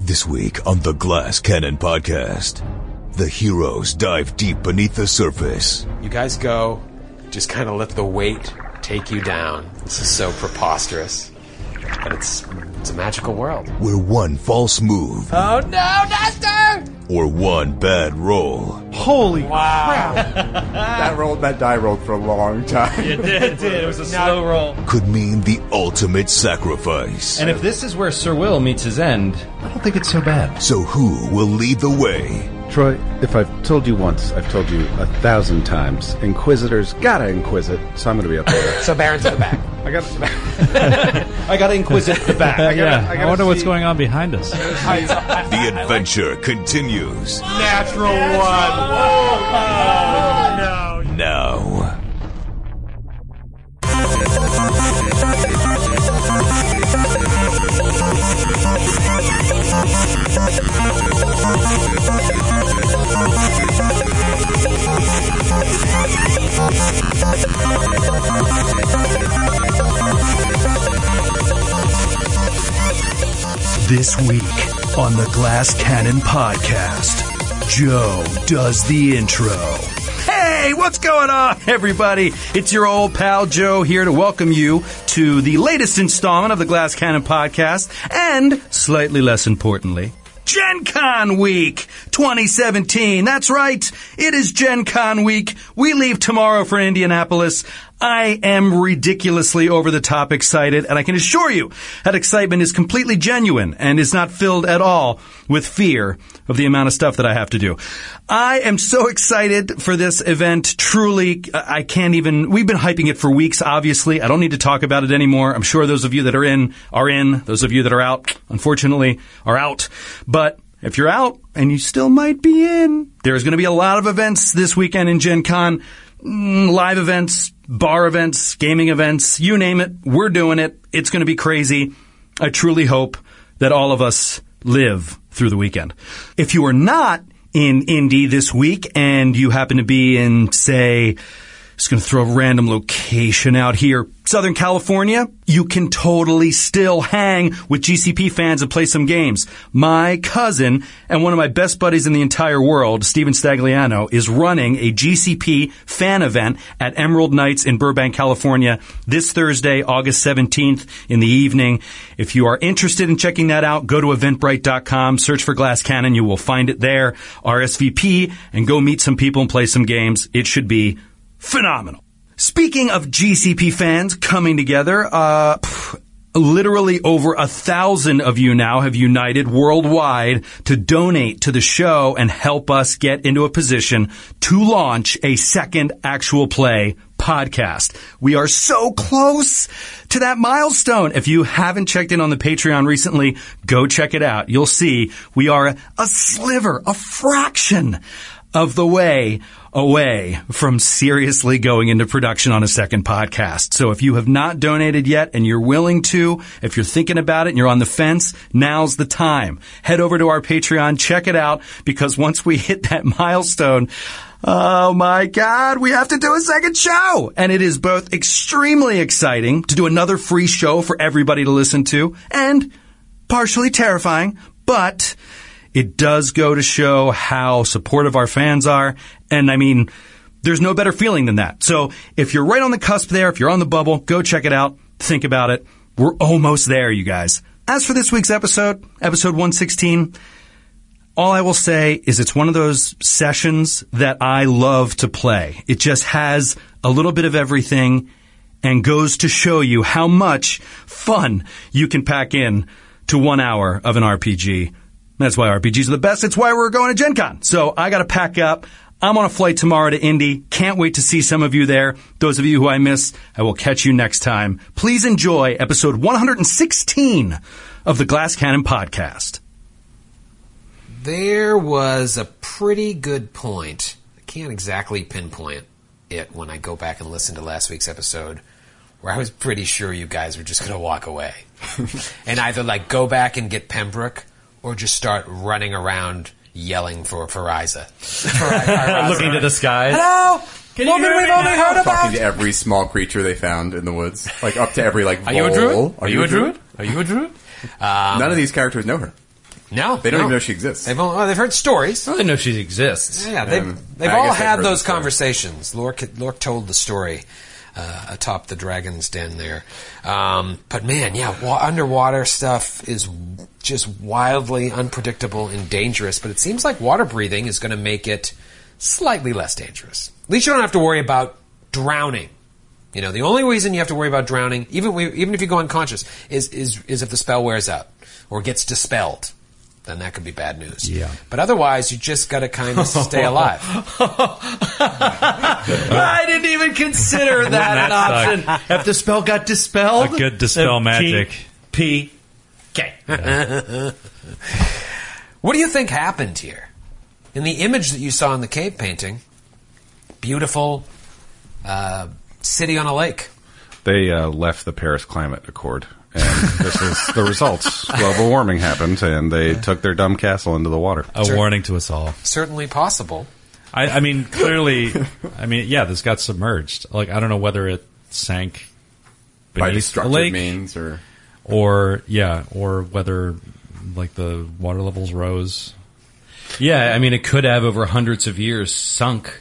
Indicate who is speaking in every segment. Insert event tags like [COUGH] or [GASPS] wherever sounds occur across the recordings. Speaker 1: This week on the Glass Cannon podcast, the heroes dive deep beneath the surface.
Speaker 2: You guys go, just kind of let the weight take you down. This is so preposterous. But it's it's a magical world.
Speaker 1: Where one false move
Speaker 2: Oh no, Duster!
Speaker 1: or one bad roll
Speaker 3: Holy
Speaker 4: That rolled that die rolled for a long time.
Speaker 3: It did, it did. It was a slow roll.
Speaker 1: could mean the ultimate sacrifice.
Speaker 5: And if this is where Sir Will meets his end, I don't think it's so bad.
Speaker 1: so, who will lead the way?
Speaker 6: Troy, if I've told you once, I've told you a thousand times. Inquisitors gotta inquisit, [LAUGHS] so I'm gonna be up there.
Speaker 2: So Baron's in the back.
Speaker 6: I [LAUGHS] got.
Speaker 3: I got inquisit the
Speaker 7: [LAUGHS]
Speaker 3: back.
Speaker 6: I, gotta, I, gotta
Speaker 7: I wonder what's
Speaker 6: see-
Speaker 7: going on behind us.
Speaker 1: The adventure continues
Speaker 3: Natural one.
Speaker 1: now.
Speaker 8: This week on the Glass Cannon Podcast, Joe does the intro. Hey, what's going on, everybody? It's your old pal Joe here to welcome you to the latest installment of the Glass Cannon Podcast and, slightly less importantly, Gen Con Week 2017. That's right. It is Gen Con Week. We leave tomorrow for Indianapolis. I am ridiculously over the top excited, and I can assure you that excitement is completely genuine and is not filled at all with fear of the amount of stuff that I have to do. I am so excited for this event. Truly, I I can't even, we've been hyping it for weeks, obviously. I don't need to talk about it anymore. I'm sure those of you that are in are in. Those of you that are out, unfortunately, are out. But if you're out and you still might be in, there's going to be a lot of events this weekend in Gen Con. Mm, live events, bar events, gaming events, you name it, we're doing it. It's going to be crazy. I truly hope that all of us live through the weekend. If you are not in Indy this week and you happen to be in, say, just going to throw a random location out here. Southern California, you can totally still hang with GCP fans and play some games. My cousin and one of my best buddies in the entire world, Steven Stagliano, is running a GCP fan event at Emerald Nights in Burbank, California this Thursday, August 17th in the evening. If you are interested in checking that out, go to eventbrite.com, search for Glass Cannon, you will find it there, RSVP, and go meet some people and play some games. It should be phenomenal. Speaking of GCP fans coming together, uh, pff, literally over a thousand of you now have united worldwide to donate to the show and help us get into a position to launch a second actual play podcast. We are so close to that milestone. If you haven't checked in on the Patreon recently, go check it out. You'll see we are a sliver, a fraction of the way away from seriously going into production on a second podcast. So if you have not donated yet and you're willing to, if you're thinking about it and you're on the fence, now's the time. Head over to our Patreon, check it out, because once we [LAUGHS] hit that milestone, Oh my God, we have to do a second show! And it is both extremely exciting to do another free show for everybody to listen to and partially terrifying, but it does go to show how supportive our fans are. And I mean, there's no better feeling than that. So if you're right on the cusp there, if you're on the bubble, go check it out. Think about it. We're almost there, you guys. As for this week's episode, episode 116, all I will say is it's one of those sessions that I love to play. It just has a little bit of everything and goes to show you how much fun you can pack in to one hour of an RPG. That's why RPGs are the best. It's why we're going to Gen Con. So I got to pack up. I'm on a flight tomorrow to Indy. Can't wait to see some of you there. Those of you who I miss, I will catch you next time. Please enjoy episode 116 of the Glass Cannon Podcast.
Speaker 2: There was a pretty good point. I can't exactly pinpoint it when I go back and listen to last week's episode where I was pretty sure you guys were just going to walk away. [LAUGHS] and either like go back and get Pembroke or just start running around yelling for [LAUGHS] Fariza.
Speaker 5: [LAUGHS] Looking to the skies.
Speaker 2: Hello!
Speaker 3: you
Speaker 2: Woman
Speaker 3: hear me
Speaker 2: we've only
Speaker 3: now?
Speaker 2: heard
Speaker 4: Talking
Speaker 2: about!
Speaker 4: to every small creature they found in the woods, like up to every like. Are you
Speaker 2: druid?
Speaker 4: Are, you, a druid?
Speaker 2: Are you a druid?
Speaker 4: None of these characters know her.
Speaker 2: No,
Speaker 4: They don't
Speaker 2: no.
Speaker 4: even know she exists.
Speaker 2: They've all, well, they've heard stories.
Speaker 5: I didn't Oh, know she exists.
Speaker 2: Yeah, they've,
Speaker 4: Um,
Speaker 2: they've
Speaker 4: I
Speaker 2: all
Speaker 4: guess I've
Speaker 2: had
Speaker 4: heard
Speaker 2: those
Speaker 4: the story.
Speaker 2: conversations. Lork, Lork told the story uh, atop the dragon's den there. Um, but man, yeah, wa- underwater stuff is just wildly unpredictable and dangerous. But it seems like water breathing is going to make it slightly less dangerous. At least you don't have to worry about drowning. You know, the only reason you have to worry about drowning, even we, even if you go unconscious, is, is is if the spell wears out or gets dispelled. Then that could be bad news.
Speaker 8: Yeah.
Speaker 2: But otherwise, you just got to kind of stay alive.
Speaker 5: I didn't even consider that, an option. If the spell got
Speaker 7: A
Speaker 5: dispelled,
Speaker 7: good dispel magic.
Speaker 3: P.
Speaker 2: What do you think happened here? In the image that you saw in the cave painting, beautiful uh, city on a lake.
Speaker 6: They uh, left the Paris Climate Accord, and this is the
Speaker 7: [LAUGHS]
Speaker 6: results. Global warming happened, and they took their dumb castle into the water.
Speaker 7: A warning to us all.
Speaker 2: Certainly possible.
Speaker 7: I, I mean, clearly, I mean, yeah, this got submerged. Like, I don't know whether it sank
Speaker 4: by
Speaker 7: beneath the
Speaker 4: destructive
Speaker 7: lake,
Speaker 4: means or
Speaker 7: or yeah, or whether like the water levels rose.
Speaker 5: Yeah, I mean, it could have over hundreds of years sunk,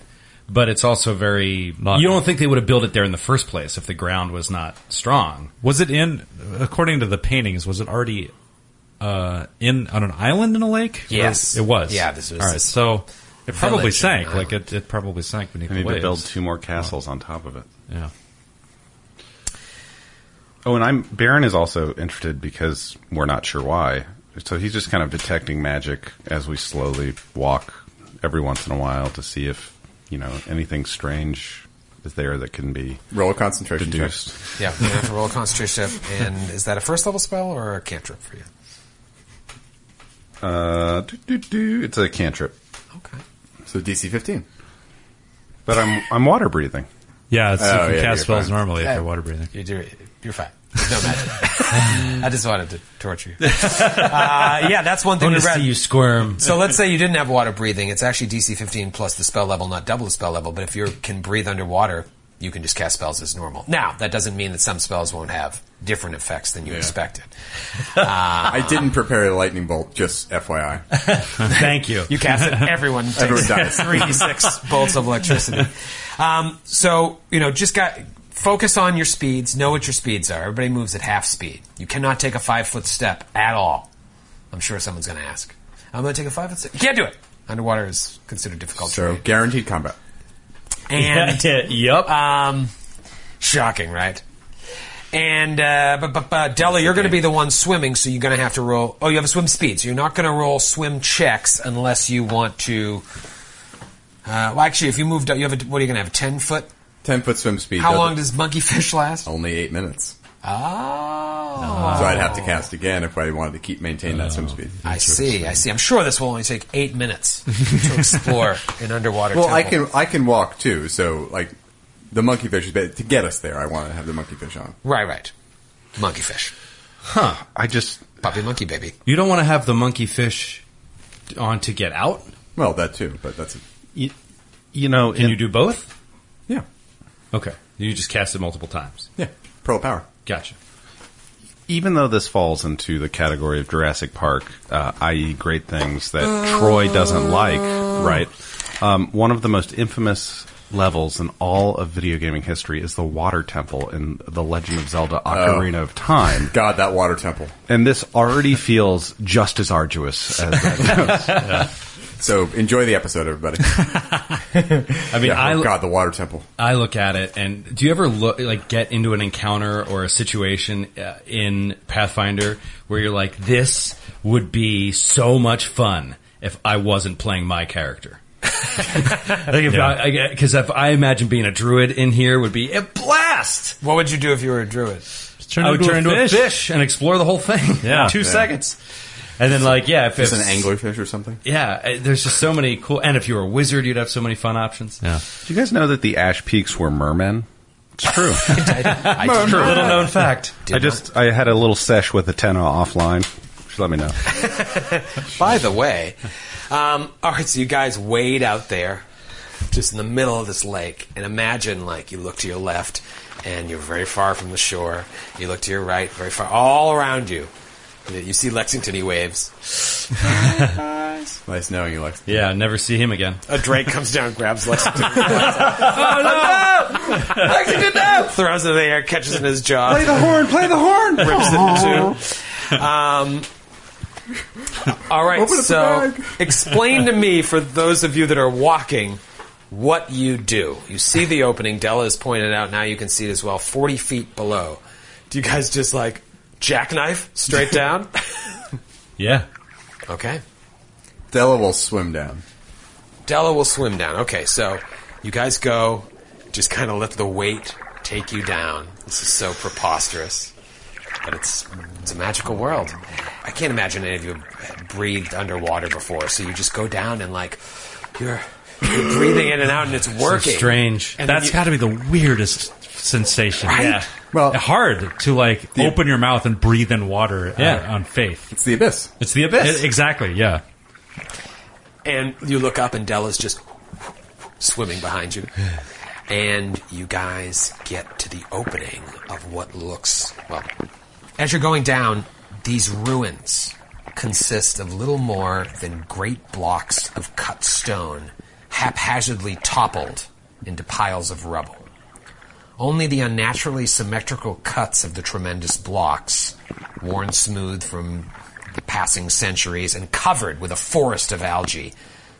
Speaker 5: but it's also very.
Speaker 7: Not-
Speaker 5: you don't think they would have built it there in the first place if the ground was not strong.
Speaker 7: Was it in? According to the paintings, was it already uh, in on an island in a lake?
Speaker 2: Yes.
Speaker 7: Or- it was.
Speaker 2: Yeah, this was
Speaker 7: all right. So it probably
Speaker 2: village
Speaker 7: sank.
Speaker 2: on an
Speaker 7: Like it, it probably sank beneath
Speaker 6: They
Speaker 7: the
Speaker 6: need
Speaker 7: waves.
Speaker 6: to build two more castles on top of it.
Speaker 7: Yeah.
Speaker 6: Oh, and I'm Baron is also interested because we're not sure why. So he's just kind of detecting magic as we slowly walk every once in a while to see if you know anything strange is there that can be
Speaker 4: roll a concentration check.
Speaker 6: deduced.
Speaker 2: Yeah, you have to roll a concentration check. And is that a first level spell or a cantrip for you?
Speaker 6: Uh, doo, doo, doo. it's a cantrip,
Speaker 2: Okay.
Speaker 4: So DC 15.
Speaker 6: but I'm I'm water breathing.
Speaker 7: Yeah, it's,
Speaker 4: Oh,
Speaker 7: you can
Speaker 4: yeah,
Speaker 7: cast
Speaker 4: you're
Speaker 7: spells
Speaker 4: fine.
Speaker 7: normally if you're water breathing.
Speaker 2: You do, you're fine. There's no magic. I just wanted to torture you. [LAUGHS] Uh, yeah, that's one
Speaker 5: I
Speaker 2: thing
Speaker 5: want
Speaker 2: you
Speaker 5: to
Speaker 2: read.
Speaker 5: see you squirm.
Speaker 2: So let's say you didn't have water breathing. It's actually DC 15 plus the spell level, not double the spell level. But if you can breathe underwater, you can just cast spells as normal. Now, that doesn't mean that some spells won't have different effects than you expected.
Speaker 4: I didn't prepare a lightning bolt, just FYI.
Speaker 5: Thank you.
Speaker 2: You cast
Speaker 4: [LAUGHS]
Speaker 2: it, everyone takes [LAUGHS]
Speaker 4: Everyone dies.
Speaker 2: 3d6 bolts of electricity. Um, so, you know, just got focus on your speeds, know what your speeds are. Everybody moves at half speed. You cannot take a five foot step at all. I'm sure someone's going to ask. I'm going to take a five foot step. You can't do it. Underwater is considered difficult.
Speaker 4: So,
Speaker 2: terrain.
Speaker 4: guaranteed combat.
Speaker 2: and
Speaker 5: yep.
Speaker 2: Um, shocking, right? And uh, but but, but Della, you're going to be the one swimming, so you're going to have to roll. Oh, you have a swim speed, so you're not going to roll swim checks unless you want to. Uh, well, actually, if you moved up, you have a, what are you going to have? A ten foot?
Speaker 4: 10 foot swim speed.
Speaker 2: How
Speaker 4: does
Speaker 2: long
Speaker 4: it-
Speaker 2: does [LAUGHS] monkeyfish last? Oh,
Speaker 4: Only 8 minutes. So I'd have to cast again if I wanted to keep maintaining that swim speed.
Speaker 2: Oh. I see, I see. I'm sure this will only take eight
Speaker 4: [LAUGHS]
Speaker 2: minutes to explore an underwater.
Speaker 4: Well, I
Speaker 2: temple.
Speaker 4: can I can walk too. So like the monkeyfish is bad. to get us there. I want to have the monkeyfish on.
Speaker 2: Right, right. Monkeyfish,
Speaker 6: I just
Speaker 2: puppy, monkey, baby.
Speaker 5: you don't want to have the monkey fish on to get out.
Speaker 4: Well, that too, but that's
Speaker 6: you know
Speaker 5: Can you do both?
Speaker 4: yeah,
Speaker 5: Okay. You just cast it multiple times.
Speaker 4: yeah, pearl power.
Speaker 5: Gotcha.
Speaker 6: even though this falls into the category of Jurassic Park, uh, i.e., great things that Troy doesn't like, right? Um, one of the most infamous levels in all of video gaming history is the Water Temple in The Legend of Zelda: Ocarina of Time,
Speaker 4: God, that water temple.
Speaker 6: and this already feels just as arduous as that.
Speaker 4: So enjoy the episode, everybody.
Speaker 5: I mean,
Speaker 4: Yeah,
Speaker 5: I,
Speaker 4: oh, God, the water temple.
Speaker 5: I look at it, and do you ever look like get into an encounter or a situation uh, in Pathfinder where you're like, "This would be so much fun if I wasn't playing my character." [LAUGHS] like if I because if I imagine being a druid in here would be a blast.
Speaker 2: What would you do if you were a druid?
Speaker 5: I would turn into a fish and explore the whole thing.
Speaker 7: Yeah.
Speaker 5: in two
Speaker 7: Yeah.
Speaker 5: seconds. And then like yeah, if
Speaker 4: Just
Speaker 5: it's
Speaker 4: an anglerfish or something.
Speaker 5: yeah, uh, there's just so many cool. And if you were a wizard, you'd have so many fun options.
Speaker 7: Yeah.
Speaker 6: do you guys know that the Ash Peaks were mermen? It's true.
Speaker 5: It's a little [LAUGHS] known fact.
Speaker 6: I just I had a little sesh with Atena offline. Just let me know.
Speaker 2: By the way, um, all right, so you guys wade out there, just in the middle of this lake, and imagine like you look to your left, and you're very far from the shore. You look to your right, very far, all around you. You see Lexington waves.
Speaker 4: Nice knowing you, Lex.
Speaker 5: Yeah, never see him again.
Speaker 2: A Drake comes down, grabs
Speaker 6: [LAUGHS]
Speaker 2: Lexington.
Speaker 6: Oh,
Speaker 4: Lexington, no!
Speaker 2: throws it in the air, catches it in his jaw,
Speaker 6: the horn. Play the horn.
Speaker 2: rips it in two. Um, all right,
Speaker 4: Open up the
Speaker 2: so
Speaker 4: bag.
Speaker 2: explain to me, for those of you that are walking, what you do. You see the opening. Della has pointed out. Now you can see it as well, 40 feet below. Do you guys just like jackknife straight
Speaker 6: [LAUGHS]
Speaker 2: down?
Speaker 5: Yeah.
Speaker 2: okay.
Speaker 4: Della will swim down.
Speaker 2: Della will swim down. Okay, so you guys go. Just kind of let the weight take you down. This is so preposterous, but it's it's a magical world. I can't imagine any of you have breathed underwater before. So you just go down and like you're you're breathing in and out, and it's working.
Speaker 5: strange.
Speaker 2: And
Speaker 7: That's
Speaker 2: That's
Speaker 7: got to be the weirdest sensation.
Speaker 2: Right?
Speaker 7: Yeah.
Speaker 4: Well-
Speaker 7: hard to like open your mouth and breathe in water.
Speaker 5: Yeah.
Speaker 7: uh, on faith.
Speaker 4: It's the abyss.
Speaker 5: It's the abyss.
Speaker 7: E- exactly. Yeah.
Speaker 2: and you look up, and Della's just swimming behind you. And you guys get to the opening of what looks well. As you're going down, these ruins consist of little more than great blocks of cut stone, haphazardly toppled into piles of rubble. Only the unnaturally symmetrical cuts of the tremendous blocks, worn smooth from the passing centuries and covered with a forest of algae,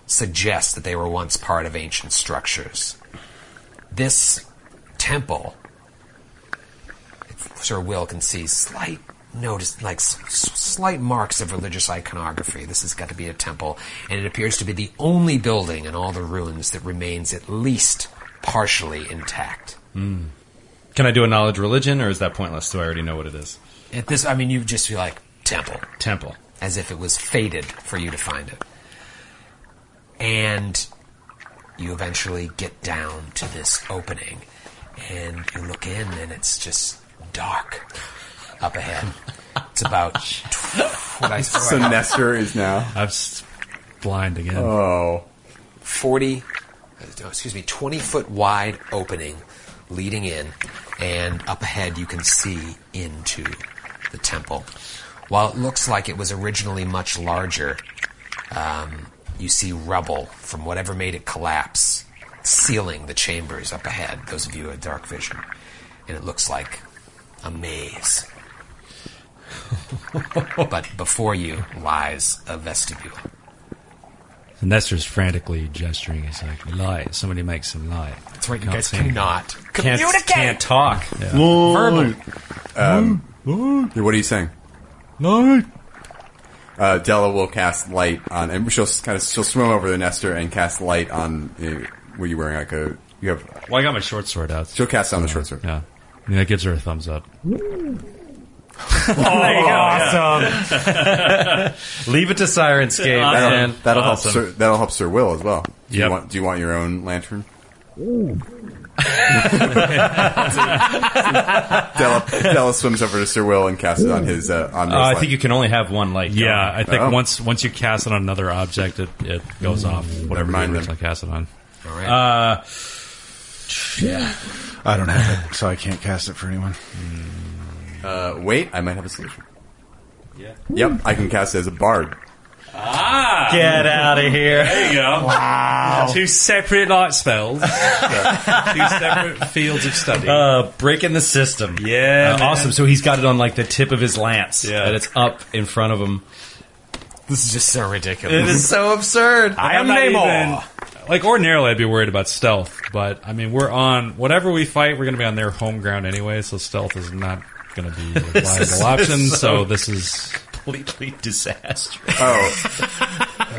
Speaker 2: suggest that they were once part of ancient structures. This temple, if Sir Will can see slight notice, like s- s- slight marks of religious iconography. This has got to be a temple, and it appears to be the only building in all the ruins that remains at least partially intact.
Speaker 5: Can I do a knowledge religion, or is that pointless? Do I already know what it is?
Speaker 2: At this, I mean, you just feel like temple,
Speaker 5: Temple.
Speaker 2: as if it was fated for you to find it. And you eventually get down to this opening, and you look in, and it's just dark up ahead. It's about tw- what I
Speaker 4: So Nestor is now.
Speaker 7: I'm s- blind again.
Speaker 4: Oh.
Speaker 2: 40, uh, no, excuse me, 20 foot wide opening leading in, and up ahead you can see into the temple. While it looks like it was originally much larger, um, you see rubble from whatever made it collapse sealing the chambers up ahead, those of you with dark vision. And it looks like a maze. but before you lies a vestibule.
Speaker 7: And Nestor's frantically gesturing. He's like, "Light! Somebody make some light."
Speaker 2: That's right, you
Speaker 7: Can't
Speaker 2: guys
Speaker 7: see.
Speaker 2: cannot
Speaker 5: Can't,
Speaker 2: communicate.
Speaker 5: can't talk.
Speaker 2: Verbal.
Speaker 4: Um, Yeah, What are you saying?
Speaker 7: Light.
Speaker 4: Uh, Della will cast light on, and she'll kind of she'll swim over to Nestor and cast light on. Uh, were you wearing like a? You have.
Speaker 7: Well, I got my short sword out.
Speaker 4: She'll cast on the short sword.
Speaker 7: Yeah. And that gives her a thumbs up.
Speaker 5: [LAUGHS]
Speaker 7: [LAUGHS]
Speaker 5: Leave it to Sirenscape.
Speaker 4: That'll,
Speaker 5: man.
Speaker 4: that'll help. Sir, that'll help Sir Will as well. Do you
Speaker 7: Yep.
Speaker 4: want? Do you want your own lantern? Della, Della swims over to Sir Will and casts it on his uh, on.
Speaker 5: Uh, I think you can only have one light.
Speaker 7: Yeah, I think
Speaker 4: Oh.
Speaker 7: once once you cast it on another object, it, it goes off. Whatever
Speaker 4: mind
Speaker 7: you
Speaker 4: then.
Speaker 7: originally cast it on.
Speaker 2: All right.
Speaker 6: I don't have it, so I can't cast it for anyone.
Speaker 4: Uh, wait, I might have a solution. Yeah. Yep, I can cast it as a bard.
Speaker 5: Get out of here.
Speaker 7: There you go. Wow. Two separate light
Speaker 5: [LAUGHS]
Speaker 7: spells. Two separate fields of study.
Speaker 5: Uh, breaking the system.
Speaker 7: Yeah,
Speaker 5: Uh,
Speaker 7: man.
Speaker 5: awesome. So he's got it on like the tip of his lance.
Speaker 7: Yeah.
Speaker 5: And it's up in front of him.
Speaker 2: This is just so ridiculous.
Speaker 5: It is so absurd.
Speaker 7: I am Namor. Like ordinarily, I'd be worried about stealth, but I mean, we're on whatever we fight, we're going to be on their home ground anyway, so stealth is not going to
Speaker 5: [LAUGHS]
Speaker 7: be a
Speaker 5: is
Speaker 7: viable option.
Speaker 5: so-
Speaker 7: So, this is
Speaker 5: Completely [LAUGHS] disastrous.
Speaker 4: Oh,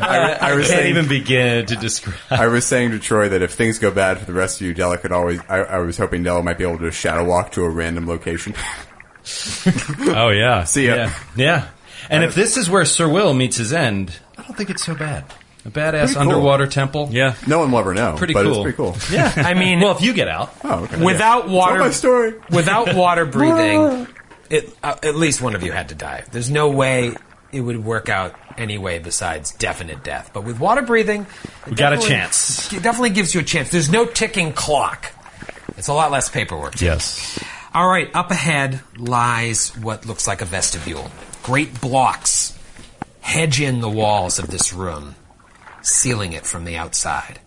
Speaker 5: I,
Speaker 4: was
Speaker 5: can't
Speaker 4: saying-
Speaker 5: even begin to describe.
Speaker 4: I was saying to Troy that if things go bad for the rest of you, Della could always. I, I was hoping Della might be able to shadow walk to a random location.
Speaker 7: oh yeah,
Speaker 4: See ya.
Speaker 5: Yeah. Yeah. And if this is where Sir Will meets his end, I don't think it's so bad. A badass
Speaker 4: cool.
Speaker 5: underwater temple.
Speaker 7: yeah.
Speaker 4: No one will ever know.
Speaker 5: Pretty
Speaker 4: but
Speaker 5: cool.
Speaker 4: It's pretty cool.
Speaker 5: Yeah. I mean, well, if you get out,
Speaker 4: Oh,
Speaker 2: [LAUGHS]
Speaker 4: okay.
Speaker 2: Without
Speaker 4: It's not
Speaker 2: water,
Speaker 4: my story.
Speaker 2: without water [LAUGHS] breathing, it, uh, at least one of you had to die. There's no way it would work out any way besides definite death. But with water breathing, we
Speaker 5: got a chance.
Speaker 2: It definitely gives you a chance. There's no ticking clock. It's a lot less paperwork.
Speaker 7: Yes.
Speaker 2: All right, up ahead lies what looks like a vestibule. Great blocks hedge in the walls of this room, sealing it from the outside.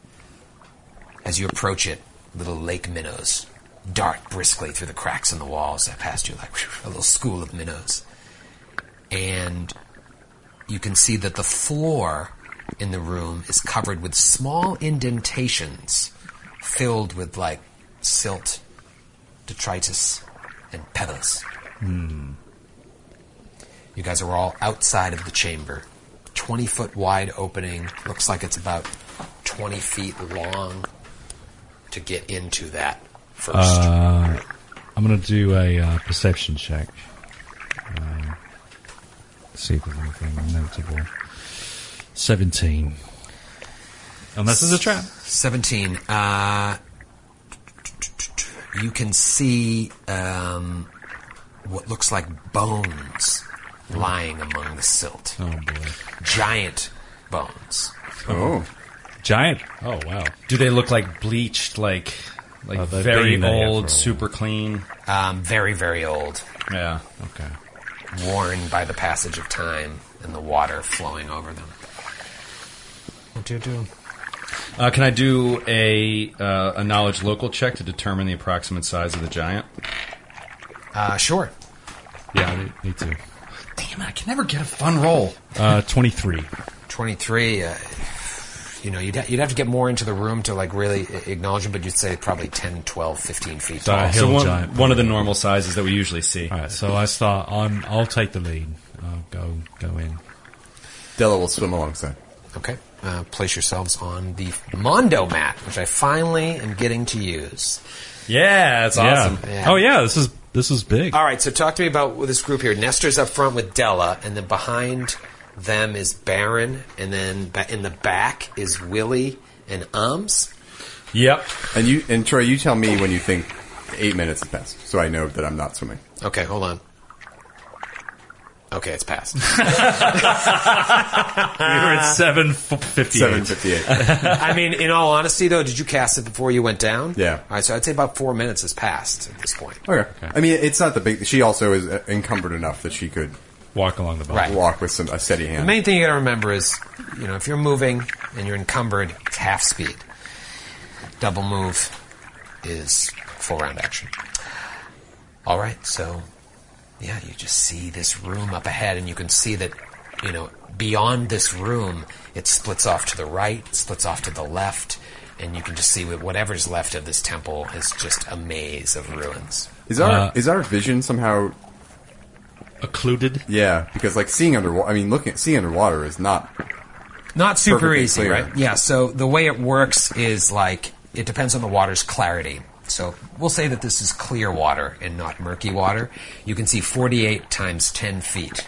Speaker 2: As you approach it, little lake minnows dart briskly through the cracks in the walls that past you like [LAUGHS] a little school of minnows. And you can see that the floor in the room is covered with small indentations filled with like silt, detritus, and pebbles. You guys are all outside of the chamber. 20 foot wide opening. Looks like it's about 20 feet long to get into that first.
Speaker 7: Uh, I'm gonna do a uh, perception check. Um, see if there's anything notable. Seventeen. Unless it's a trap.
Speaker 2: 17. Uh, you can see um, what looks like bones lying among the silt.
Speaker 7: Oh boy.
Speaker 2: Giant bones.
Speaker 4: Oh,
Speaker 7: Giant. Oh wow.
Speaker 5: Do they look like bleached, like like
Speaker 7: Oh, they've been
Speaker 5: very
Speaker 7: there for a while.
Speaker 5: old, super clean?
Speaker 2: Um, very, very old.
Speaker 5: Yeah.
Speaker 7: Okay.
Speaker 2: worn by the passage of time and the water flowing over them. What do you do?
Speaker 5: Uh, can I do a uh, a knowledge local check to determine the approximate size of the giant?
Speaker 2: Uh, sure.
Speaker 7: Yeah, me, me too.
Speaker 5: Damn it! I can never get a fun roll.
Speaker 7: Uh, Twenty-three.
Speaker 2: 23, uh, you know, you'd, ha- you'd have to get more into the room to, like, really a- acknowledge them, but you'd say probably 10, 12, 15 feet
Speaker 7: So
Speaker 2: tall.
Speaker 7: I hit-
Speaker 5: Oh, So
Speaker 7: Hill
Speaker 5: one,
Speaker 7: giant.
Speaker 5: one of the normal sizes that we usually see.
Speaker 7: All right. So I start. I'm. I'll take the lead. I'll go. Go in.
Speaker 4: Della will swim alongside.
Speaker 2: Okay. Uh, place yourselves on the Mondo mat, which I finally am getting to use.
Speaker 5: Yeah, that's awesome.
Speaker 7: Yeah. Oh yeah. This is this is big.
Speaker 2: All right, so talk to me about this group here. Nestor's up front with Della, and then behind them is Baron, and then ba- in the back is Willie and Ums.
Speaker 5: Yep.
Speaker 4: And you and Troy, you tell me when you think eight minutes has passed, so I know that I'm not swimming.
Speaker 2: Okay, hold on. Okay, it's passed.
Speaker 7: we were at seven fifty. [LAUGHS]
Speaker 4: Seven fifty-eight.
Speaker 2: I mean, in all honesty, though, did you cast it before you went down?
Speaker 4: Yeah.
Speaker 2: All right, so I'd say about four minutes has passed at this point.
Speaker 4: Okay. I mean, it's not the big. She also is uh, encumbered enough that she could
Speaker 7: Walk along the bottom.
Speaker 2: Right.
Speaker 4: walk with some a steady hand.
Speaker 2: The main thing you got to remember is, you know, if you're moving and you're encumbered, it's half speed. Double move is full round action. All right, so yeah, you just see this room up ahead, and you can see that, you know, beyond this room, it splits off to the right, it splits off to the left, and you can just see that whatever's left of this temple is just a maze of ruins.
Speaker 4: Is our
Speaker 7: Uh,
Speaker 4: is our vision somehow?
Speaker 7: Occluded.
Speaker 4: Yeah, because like seeing underwater. I mean, looking seeing underwater is not.
Speaker 2: Not super
Speaker 4: Perfectly
Speaker 2: easy,
Speaker 4: clear.
Speaker 2: right? Yeah, so the way it works is like it depends on the water's clarity. So we'll say that this is clear water and not murky water. You can see 48 times 10 feet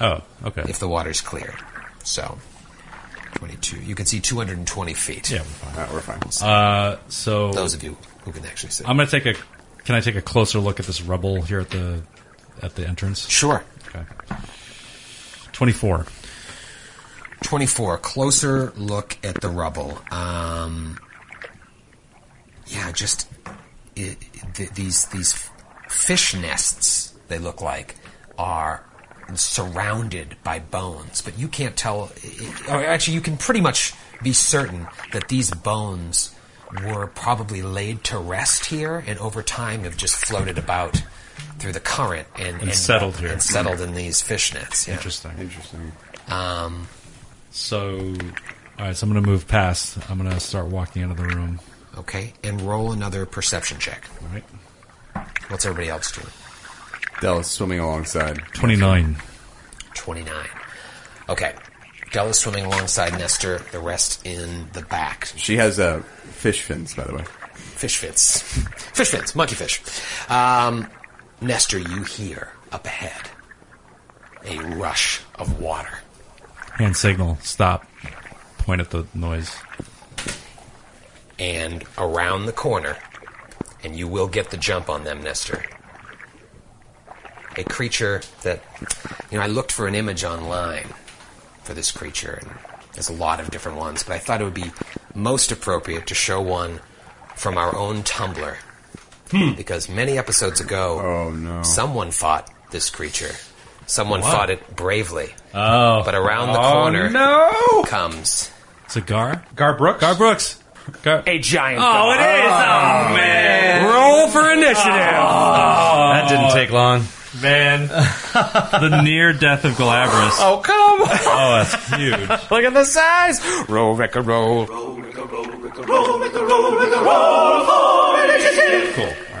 Speaker 7: Oh. Okay.
Speaker 2: if the water's clear. So 22. You can see 220 feet.
Speaker 7: yeah. We're fine.
Speaker 4: Uh, we're fine.
Speaker 7: Uh. So
Speaker 2: Those of you who can actually see.
Speaker 7: I'm gonna take a. Can I take a closer look at this rubble here at the at the entrance?
Speaker 2: sure.
Speaker 7: Okay. Twenty-four.
Speaker 2: 24. Closer look at the rubble. Um, yeah, just i th- these these fish nests. They look like are surrounded by bones, but you can't tell. i- Or actually, you can pretty much be certain that these bones were probably laid to rest here, and over time have just floated about through the current and, and,
Speaker 7: settled here.
Speaker 2: and settled in these fish nets. Yeah.
Speaker 7: Interesting.
Speaker 4: Interesting.
Speaker 7: So, all right. So I'm gonna move past. I'm gonna start walking out of the room.
Speaker 2: Okay, and roll another perception check.
Speaker 7: All right.
Speaker 2: What's everybody else doing?
Speaker 4: Della's swimming alongside.
Speaker 7: Twenty-nine.
Speaker 2: 29. Okay. Della's swimming alongside Nestor, the rest in the back.
Speaker 4: She has uh, fish fins, by the way.
Speaker 2: Fish fins. [LAUGHS] Fish fins, monkey fish. Um, Nestor, you hear up ahead a rush of water.
Speaker 7: Hand signal. Stop. Point at the noise.
Speaker 2: And around the corner, and you will get the jump on them, Nestor. A creature that, you know, I looked for an image online for this creature, and there's a lot of different ones, but I thought it would be most appropriate to show one from our own Tumblr.
Speaker 7: Hmm.
Speaker 2: Because many episodes ago,
Speaker 4: no.
Speaker 2: someone fought this creature, Someone
Speaker 7: Oh, What?
Speaker 2: fought it bravely.
Speaker 7: Oh,
Speaker 2: But around the
Speaker 7: Oh,
Speaker 2: corner
Speaker 7: no!
Speaker 2: comes
Speaker 7: Cigar.
Speaker 6: Gar Brooks?
Speaker 7: Gar Brooks. Gar-
Speaker 2: a giant.
Speaker 7: oh, it is. Oh man. Oh.
Speaker 2: Roll for initiative.
Speaker 5: That didn't
Speaker 4: [LAUGHS]
Speaker 5: take long.
Speaker 7: Man, the near death of Galabras.
Speaker 2: Oh, come!
Speaker 7: Oh, that's huge.
Speaker 2: [LAUGHS] Look at the size. Roll, Wrecker, roll.
Speaker 7: Cool. All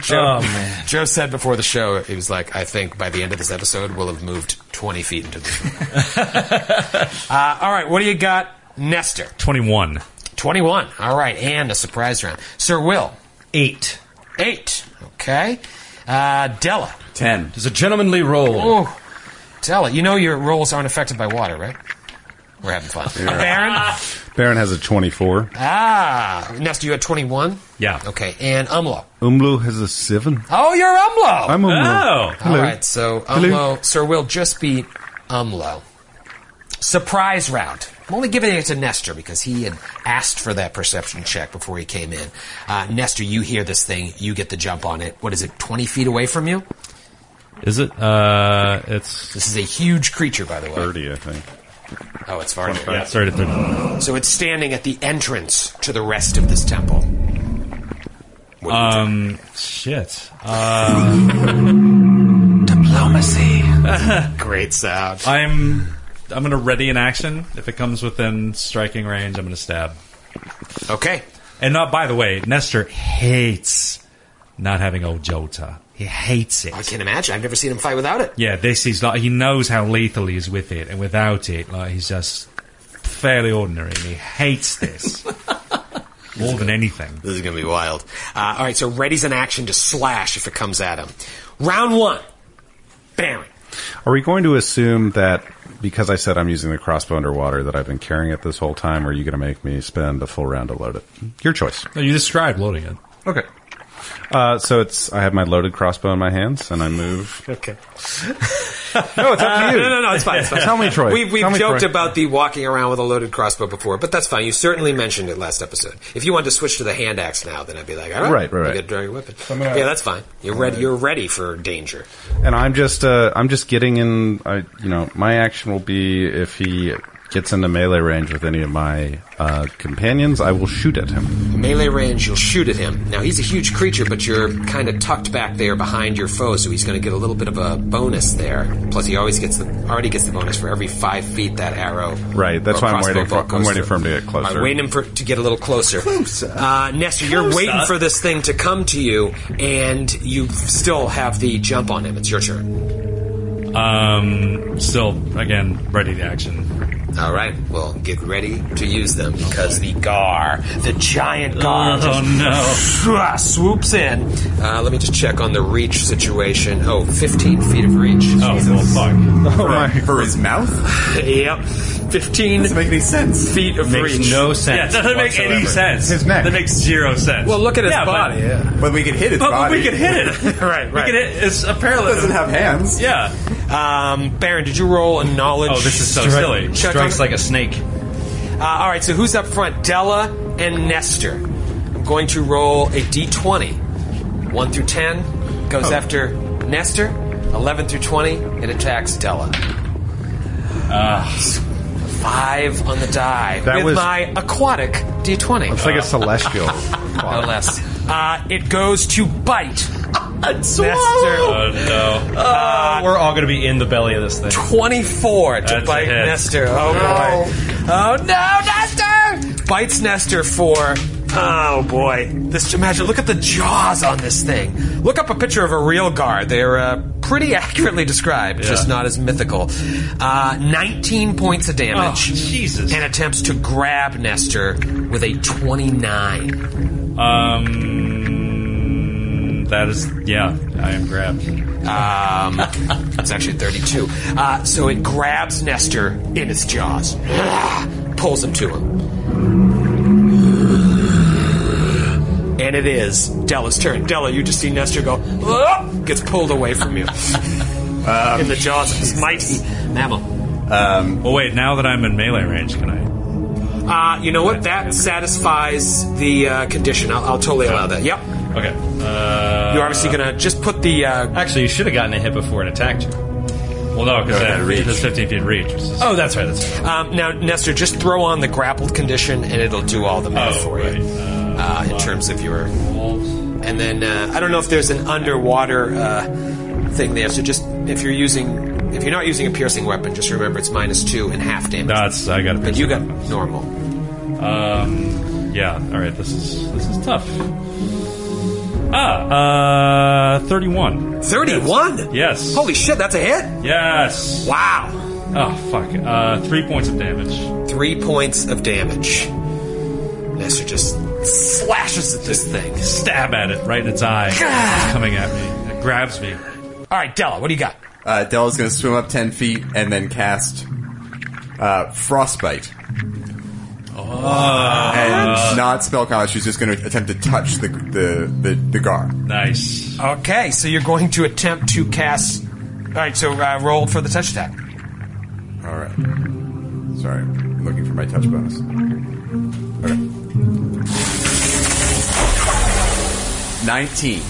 Speaker 2: [LAUGHS] Joe,
Speaker 7: Oh, man.
Speaker 2: Joe said before the show, he was like, I think by the end of this episode, we'll have moved 20 feet into the room.
Speaker 7: [LAUGHS]
Speaker 2: uh, all right, what do you got? Nestor,
Speaker 7: 21.
Speaker 2: 21. All right, and a surprise round. Sir Will,
Speaker 5: 8.
Speaker 2: 8. Okay. Uh, Della.
Speaker 4: Ten.
Speaker 5: It's a gentlemanly roll.
Speaker 2: Oh, Della, you know your rolls aren't affected by water, right? We're having fun. Baron?
Speaker 6: Baron has a 24.
Speaker 2: Ah, Nestor, you had 21?
Speaker 7: Yeah.
Speaker 2: Okay, and Umlo.
Speaker 6: Umlu has a 7.
Speaker 2: Oh, you're Umlo!
Speaker 6: I'm Umlu.
Speaker 7: Oh.
Speaker 6: Hello.
Speaker 2: All right, so um,
Speaker 6: Hello.
Speaker 2: Umlo, Sir Will just beat Umlo. Surprise round. I'm only giving it to Nestor because he had asked for that perception check before he came in. Uh, Nestor, you hear this thing, you get the jump on it. What is it, 20 feet away from you?
Speaker 7: Is it? Uh, it's.
Speaker 2: This is a huge creature, by the way.
Speaker 6: 30, I think.
Speaker 2: Oh, it's far.
Speaker 7: Yeah, sorry to throw-
Speaker 2: So it's standing at the entrance to the rest of this temple. What do you do?
Speaker 7: Um, shit. Uh,
Speaker 8: Diplomacy.
Speaker 2: [LAUGHS] Great sound.
Speaker 7: I'm. I'm gonna ready an action. If it comes within striking range, I'm gonna stab.
Speaker 2: Okay.
Speaker 7: And not by the way, Nestor hates not having old Jota. He hates it.
Speaker 2: I can imagine. I've never seen him fight without it.
Speaker 7: Yeah, this is like he knows how lethal he is with it, and without it, like he's just fairly ordinary. And he hates this [LAUGHS] more than anything.
Speaker 2: This is going to be wild. Uh, all right, so ready's an action to slash if it comes at him. Round one, Baron.
Speaker 6: Are we going to assume that because I said I'm using the crossbow underwater that I've been carrying it this whole time, or are you going to make me spend a full round to load it? Your choice.
Speaker 7: No, you described loading it.
Speaker 6: Okay. Uh, so it's I have my loaded crossbow in my hands and I move. okay. no, it's up to you.
Speaker 2: Uh, No, no, no, it's fine. It's fine.
Speaker 6: Tell me, Troy.
Speaker 2: We've, we've
Speaker 6: Tell me,
Speaker 2: joked
Speaker 6: Troy.
Speaker 2: about the walking around with a loaded crossbow before, but that's fine. You certainly mentioned it last episode. If you wanted to switch to the hand axe now, then I'd be like, all right,
Speaker 6: Right, right, right.
Speaker 2: you got to draw your weapon. yeah, that's fine. You're ready. You're ready for danger.
Speaker 6: And I'm just uh, I'm just getting in. I you know my action will be if he gets into melee range with any of my uh, companions, I will shoot at him.
Speaker 2: Melee range, you'll shoot at him. Now he's a huge creature, but you're kind of tucked back there behind your foe, so he's going to get a little bit of a bonus there. Plus, he always gets the already gets the bonus for every five feet that arrow.
Speaker 6: Right, that's
Speaker 2: or
Speaker 6: why I'm
Speaker 2: crossbow
Speaker 6: waiting for-
Speaker 2: bolt goes
Speaker 6: I'm
Speaker 2: through.
Speaker 6: waiting for him to get closer.
Speaker 2: I'm waiting for to get a little closer. Uh, Nestor, you're waiting for this thing to come to you, and you still have the jump on him. It's your turn.
Speaker 7: Um, still again ready to action.
Speaker 2: All right, well, get ready to use them because the gar, the giant gar, just
Speaker 7: Oh
Speaker 2: Swah, swoops in. Uh, let me just check on the reach situation. Oh, 15 feet of reach.
Speaker 7: no! Oh well, fuck.
Speaker 4: For his mouth?
Speaker 2: yep. 15
Speaker 4: Doesn't make any sense.
Speaker 2: feet of reach.
Speaker 5: No sense.
Speaker 7: Yeah, it doesn't make any
Speaker 5: whatsoever.
Speaker 7: sense. His
Speaker 6: neck.
Speaker 7: That makes zero sense.
Speaker 2: Well, look at his
Speaker 7: Yeah, but-
Speaker 2: body.
Speaker 4: But we could hit his
Speaker 7: But, but
Speaker 4: body.
Speaker 7: we can [LAUGHS] hit it.
Speaker 2: Right,
Speaker 7: We
Speaker 2: right.
Speaker 7: can hit. It's a parallel.
Speaker 4: It doesn't have hands.
Speaker 7: Yeah.
Speaker 2: Um, Baron, did you roll a knowledge?
Speaker 7: Oh, this is so
Speaker 2: check-
Speaker 7: silly.
Speaker 2: check
Speaker 5: Strikes
Speaker 2: on-
Speaker 5: like a snake.
Speaker 2: Uh, all right, so who's up front? Della and Nestor. I'm going to roll a d20. 1 through 10
Speaker 3: Oh.
Speaker 2: goes after Nestor. 11 through 20, it attacks Della.
Speaker 3: Ah.
Speaker 2: Five on the die
Speaker 6: That
Speaker 2: with
Speaker 6: was-
Speaker 2: my aquatic d20.
Speaker 6: It's like a celestial.
Speaker 2: no less. [LAUGHS] Uh, it goes to bite. Nestor.
Speaker 7: Oh no.
Speaker 5: We're all going to be in the belly of this thing.
Speaker 2: 24 Uh, to
Speaker 7: That's a
Speaker 2: bite
Speaker 7: hit.
Speaker 2: Nestor. Oh, boy. Oh, no, Nestor! Bites Nestor for. Oh, boy. This Imagine, look at the jaws on this thing. Look up a picture of a real guard. They're uh, pretty [LAUGHS] accurately described, just not as mythical. Uh, 19 points of damage.
Speaker 7: Oh, Jesus.
Speaker 2: And attempts to grab Nestor with a 29.
Speaker 7: Um. That is. Yeah. I am grabbed.
Speaker 9: [LAUGHS]
Speaker 2: Um, it's actually 32. Uh, so it grabs Nestor in its jaws, [SIGHS] pulls him to him. And it is Della's turn. Della, you just see Nestor go, "Ah!" gets pulled away from you.
Speaker 7: [LAUGHS] Um,
Speaker 2: in the jaws of this mighty mammal.
Speaker 7: Well, Oh, wait. Now that I'm in melee range, can I?
Speaker 2: Uh, you know what? That satisfies the uh, condition. I'll, I'll totally allow that. Yep.
Speaker 7: Okay. Uh,
Speaker 2: You're obviously going to just put the. Uh,
Speaker 5: Actually, you should have gotten a hit before it attacked you.
Speaker 7: Well, no, because
Speaker 4: No,
Speaker 7: that
Speaker 4: reach.
Speaker 7: reach. 15 feet reach. It's just-
Speaker 9: Oh, that's right. That's Um, now, Nestor, just throw on the grappled condition, and it'll do all the math
Speaker 7: Oh,
Speaker 9: for
Speaker 7: right.
Speaker 9: you uh, in terms of your. And then uh, I don't know if there's an underwater uh, thing there. So just if you're using, if you're not using a piercing weapon, just remember it's minus two and half damage.
Speaker 7: No, it's, I got it.
Speaker 9: but you got normal.
Speaker 7: Um, yeah. All right. This is this is tough. Ah, uh, thirty-one.
Speaker 9: Thirty-one.
Speaker 7: Yes.
Speaker 9: Holy shit, that's a hit!
Speaker 7: Yes.
Speaker 9: Wow.
Speaker 7: Oh fuck. Uh, three points of damage.
Speaker 9: Three points of damage. Nestor just slashes at this thing.
Speaker 7: Stab at it right in its eye. It's coming at me. It grabs me.
Speaker 9: All right, Della, what do you got?
Speaker 4: Uh, Della's going to swim up 10 feet and then cast uh, Frostbite. And not spell combat. She's just going to attempt to touch the the, the, the gar.
Speaker 7: Nice.
Speaker 9: Okay, so you're going to attempt to cast. All right, so uh, roll for the touch attack.
Speaker 4: All right. Sorry, I'm looking for my touch bonus. Okay. Nineteen.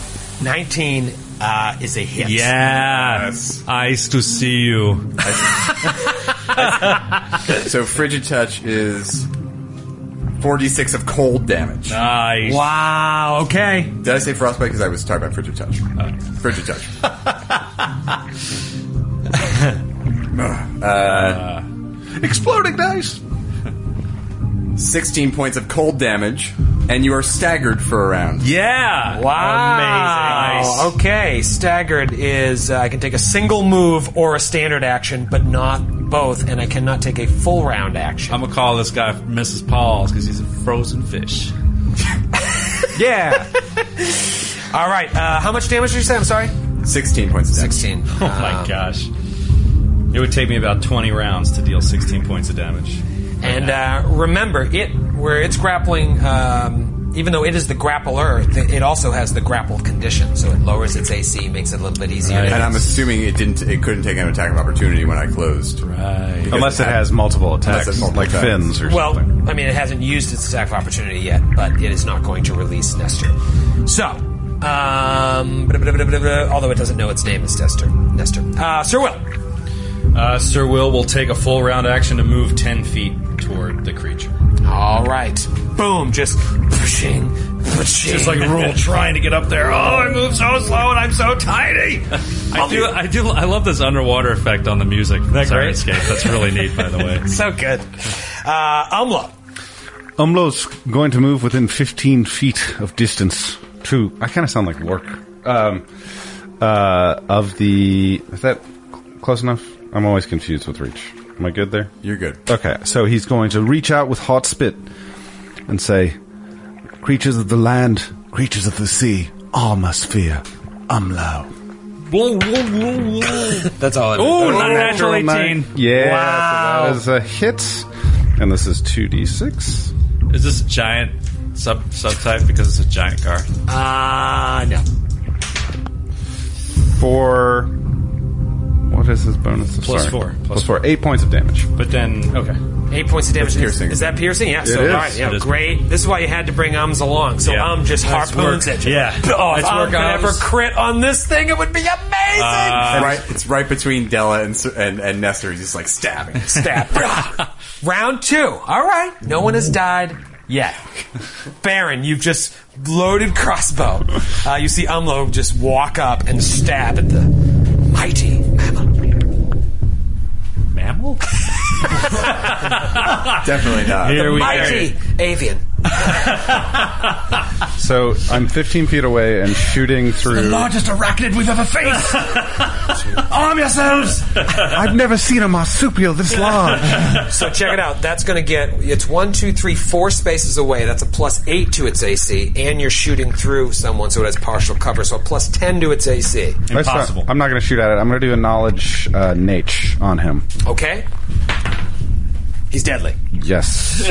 Speaker 9: 19 uh, is a hit.
Speaker 7: Yes. Nice to see you.
Speaker 4: So frigid touch is forty-six of cold damage.
Speaker 7: Nice.
Speaker 9: Wow. Okay.
Speaker 4: Did I say frostbite? Because I was talking about frigid touch. Frigid touch.
Speaker 10: Exploding dice.
Speaker 4: Sixteen points of cold damage, and you are staggered for a round.
Speaker 7: Yeah.
Speaker 9: Wow.
Speaker 7: Amazing. Nice.
Speaker 9: Okay. Staggered is uh, I can take a single move or a standard action, but not both, and I cannot take a full round action.
Speaker 7: I'm gonna call this guy Mrs. Paul's because he's a frozen fish.
Speaker 9: yeah. All right. Uh, how much damage did you say? I'm sorry.
Speaker 4: Sixteen points of damage.
Speaker 9: 16. [LAUGHS]
Speaker 7: Oh my
Speaker 5: Um,
Speaker 7: gosh. It would take me about 20 rounds to deal 16 points of damage.
Speaker 9: And uh, remember, it where it's grappling. Um, even though it is the grappler, th- it also has the grappled condition, so it lowers its AC, makes it a little bit easier.
Speaker 7: Right.
Speaker 4: And I'm assuming it didn't. It couldn't take an attack of opportunity when I closed.
Speaker 7: Right.
Speaker 6: Unless it has multiple attacks,
Speaker 4: has multiple
Speaker 6: like
Speaker 4: attacks.
Speaker 6: fins or
Speaker 9: Well,
Speaker 6: something.
Speaker 9: I mean, it hasn't used its attack of opportunity yet, but it is not going to release Nestor. So, um, blah, blah, blah, blah, blah, although it doesn't know its name is Nestor. Nestor. Uh, Sir Will.
Speaker 5: Uh, Sir Will will take a full round action to move 10 feet toward the creature.
Speaker 9: All right. Boom. Just pushing, pushing.
Speaker 5: Just like roll trying to get up there. Oh, I move so slow and I'm so tiny.
Speaker 7: I do, I do, I love this underwater effect on the music. That's
Speaker 5: great?
Speaker 7: Escape. That's really neat, by the
Speaker 9: [LAUGHS]
Speaker 7: way.
Speaker 9: so good. Uh, Umla.
Speaker 6: Umlo's going to move within 15 feet of distance to. I kind of sound like Lork. Um, uh, of the. Is that cl- close enough? I'm always confused with reach. Am I good there?
Speaker 4: You're good.
Speaker 6: Okay, so he's going to reach out with hot spit and say, Creatures of the land, creatures of the sea, all must fear Umlo.
Speaker 9: That's all it is.
Speaker 7: Ooh, not natural 18.
Speaker 6: Yeah, so that is a hit. And this is 2d6.
Speaker 7: Is this a giant sub subtype because it's a giant car?
Speaker 9: Uh, no.
Speaker 6: for what is his bonus?
Speaker 5: Plus
Speaker 6: Sorry.
Speaker 5: four.
Speaker 6: Plus four. Eight points of damage.
Speaker 5: But then, okay.
Speaker 9: Eight points of damage.
Speaker 4: That's piercing.
Speaker 9: Is, is that piercing? Yeah. so
Speaker 6: is.
Speaker 9: all right, yeah,
Speaker 7: It is.
Speaker 9: great. This is why you had to bring Ums along. So
Speaker 7: Yeah.
Speaker 9: Um just
Speaker 7: Let's
Speaker 9: harpoons
Speaker 7: work.
Speaker 9: at you.
Speaker 7: Yeah.
Speaker 9: [LAUGHS] Oh, if
Speaker 7: Let's
Speaker 9: Um
Speaker 7: work,
Speaker 9: could
Speaker 7: Ums. Uh,
Speaker 9: ever crit on this thing, it would be amazing.
Speaker 4: It's right, it's right between Della and Sir- and, and Nestor. He's just like stabbing.
Speaker 7: [LAUGHS]
Speaker 9: Stab. Brah. Round two. All right. No one has died yet. Baron, you've just loaded crossbow. Uh, you see Umlo just walk up and stab at the mighty mammal.
Speaker 7: Mammal?
Speaker 4: Definitely not.
Speaker 7: Here we go.
Speaker 9: Mighty avian.
Speaker 6: So I'm 15 feet away and shooting through.
Speaker 10: Largest arachnid we've ever
Speaker 5: [LAUGHS]
Speaker 10: faced. Arm yourselves.
Speaker 6: I've never seen a marsupial this large.
Speaker 9: So check it out. That's going to get it's one, two, three, four spaces away. That's a plus eight to its AC, and you're shooting through someone, so it has partial cover. So a plus ten to its AC.
Speaker 6: That's not-
Speaker 5: [LAUGHS] Impossible.
Speaker 6: I'm not going to shoot at it. I'm going to do a knowledge uh, nature on him.
Speaker 9: Okay. He's deadly.
Speaker 6: Yes.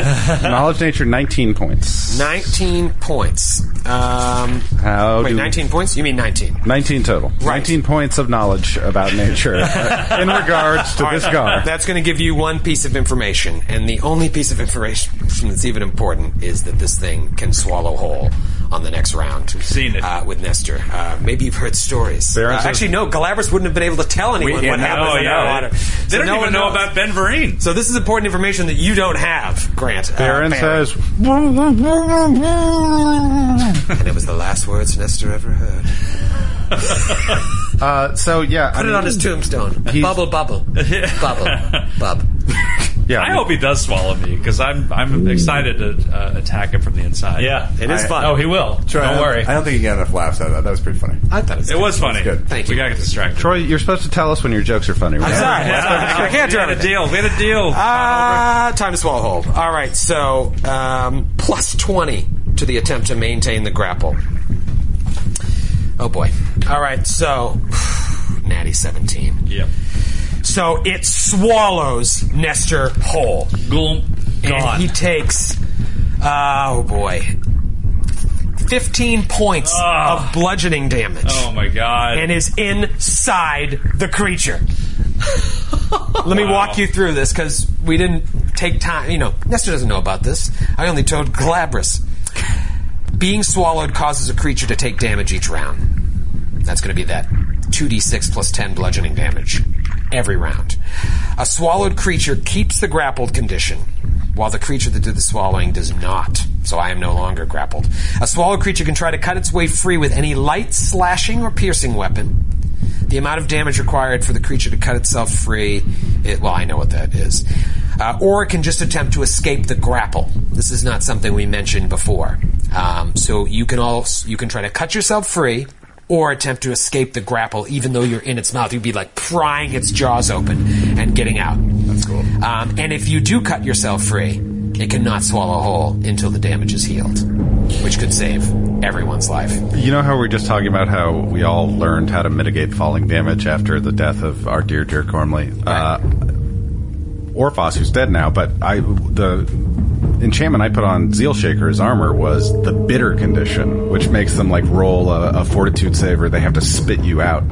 Speaker 5: [LAUGHS]
Speaker 6: knowledge nature 19 points.
Speaker 9: Nineteen points. Um,
Speaker 6: How
Speaker 9: wait,
Speaker 6: do-
Speaker 9: nineteen points? You mean nineteen?
Speaker 6: 19 total.
Speaker 9: Right.
Speaker 6: 19 points of knowledge about
Speaker 9: [LAUGHS]
Speaker 6: nature uh, in regards to
Speaker 9: All right.
Speaker 6: this gar.
Speaker 9: That's going to give you one piece of information, and the only piece of information that's even important is that this thing can swallow whole
Speaker 2: on the next round. We've
Speaker 7: seen it.
Speaker 2: uh, with Nestor. Uh, maybe you've heard stories. Uh,
Speaker 6: Barons-
Speaker 2: actually, no. Galabras wouldn't have been able to tell anyone
Speaker 4: yeah,
Speaker 2: what
Speaker 4: no,
Speaker 2: happened in
Speaker 7: yeah.
Speaker 2: that water.
Speaker 7: They
Speaker 2: So
Speaker 7: don't
Speaker 2: no
Speaker 7: even
Speaker 2: one
Speaker 7: know
Speaker 2: knows.
Speaker 7: about Ben Vereen.
Speaker 2: So this is important information that you don't have, Grant. Uh,
Speaker 6: Baron
Speaker 2: Baron.
Speaker 6: says,
Speaker 2: and it was the last words Nestor ever heard.
Speaker 6: uh, so yeah, I
Speaker 2: Put it
Speaker 6: mean-
Speaker 2: on his tombstone.
Speaker 6: He's-
Speaker 2: Bubble,
Speaker 7: [LAUGHS]
Speaker 2: bubble, bubble, bub.
Speaker 6: Yeah,
Speaker 7: I hope he does swallow me because I'm I'm excited to uh, attack him from the inside.
Speaker 5: Yeah.
Speaker 2: It is
Speaker 4: I-
Speaker 2: fun.
Speaker 7: Oh, he will.
Speaker 4: Troy, I
Speaker 7: don't worry.
Speaker 4: I don't think you got enough laughs out of that. That was pretty funny.
Speaker 2: I thought it was.
Speaker 7: It was funny.
Speaker 4: good.
Speaker 2: Thank you.
Speaker 7: We got to get distracted.
Speaker 6: Troy, you're supposed to tell us when your jokes are funny. Right?
Speaker 2: I'm sorry. I can't
Speaker 7: we
Speaker 2: do
Speaker 7: had a
Speaker 2: it.
Speaker 7: deal. We had a deal.
Speaker 2: Ah, time to swallow hold. All right, so um, plus 20 to the attempt to maintain the grapple. Oh, boy. All right, so [SIGHS] natty 17.
Speaker 7: yep.
Speaker 2: So it swallows Nestor whole.
Speaker 7: Gulp.
Speaker 2: And
Speaker 7: Gone.
Speaker 2: he takes, uh, oh, boy, 15 points
Speaker 7: Ugh.
Speaker 2: of bludgeoning damage
Speaker 7: Ah. oh my god.
Speaker 2: and is inside the creature. Let me walk you through this because we didn't take time. You know, Nestor doesn't know about this. I only told Glabras. Being swallowed causes a creature to take damage each round. That's going to be that 2d6 plus 10 bludgeoning damage every round. A swallowed creature keeps the grappled condition, while the creature that did the swallowing does not. So I am no longer grappled. A swallowed creature can try to cut its way free with any light, slashing, or piercing weapon. The amount of damage required for the creature to cut itself free, it, well, I know what that is. Uh, or it can just attempt to escape the grapple. This is not something we mentioned before. Um, so you can all you can try to cut yourself free, or attempt to escape the grapple, even though you're in its mouth. You'd be like prying its jaws open and getting out. That's cool. Um, and if you do cut yourself free, it cannot swallow whole until the damage is healed, which could save everyone's life.
Speaker 6: You know how we are just talking about how we all learned how to mitigate falling damage after the death of our dear Dirk Gormley, uh, Orphos, who's dead now. But I, the enchantment I put on Zeal Shaker's armor was the bitter condition, which makes them like roll a, a Fortitude save or they have to spit you out.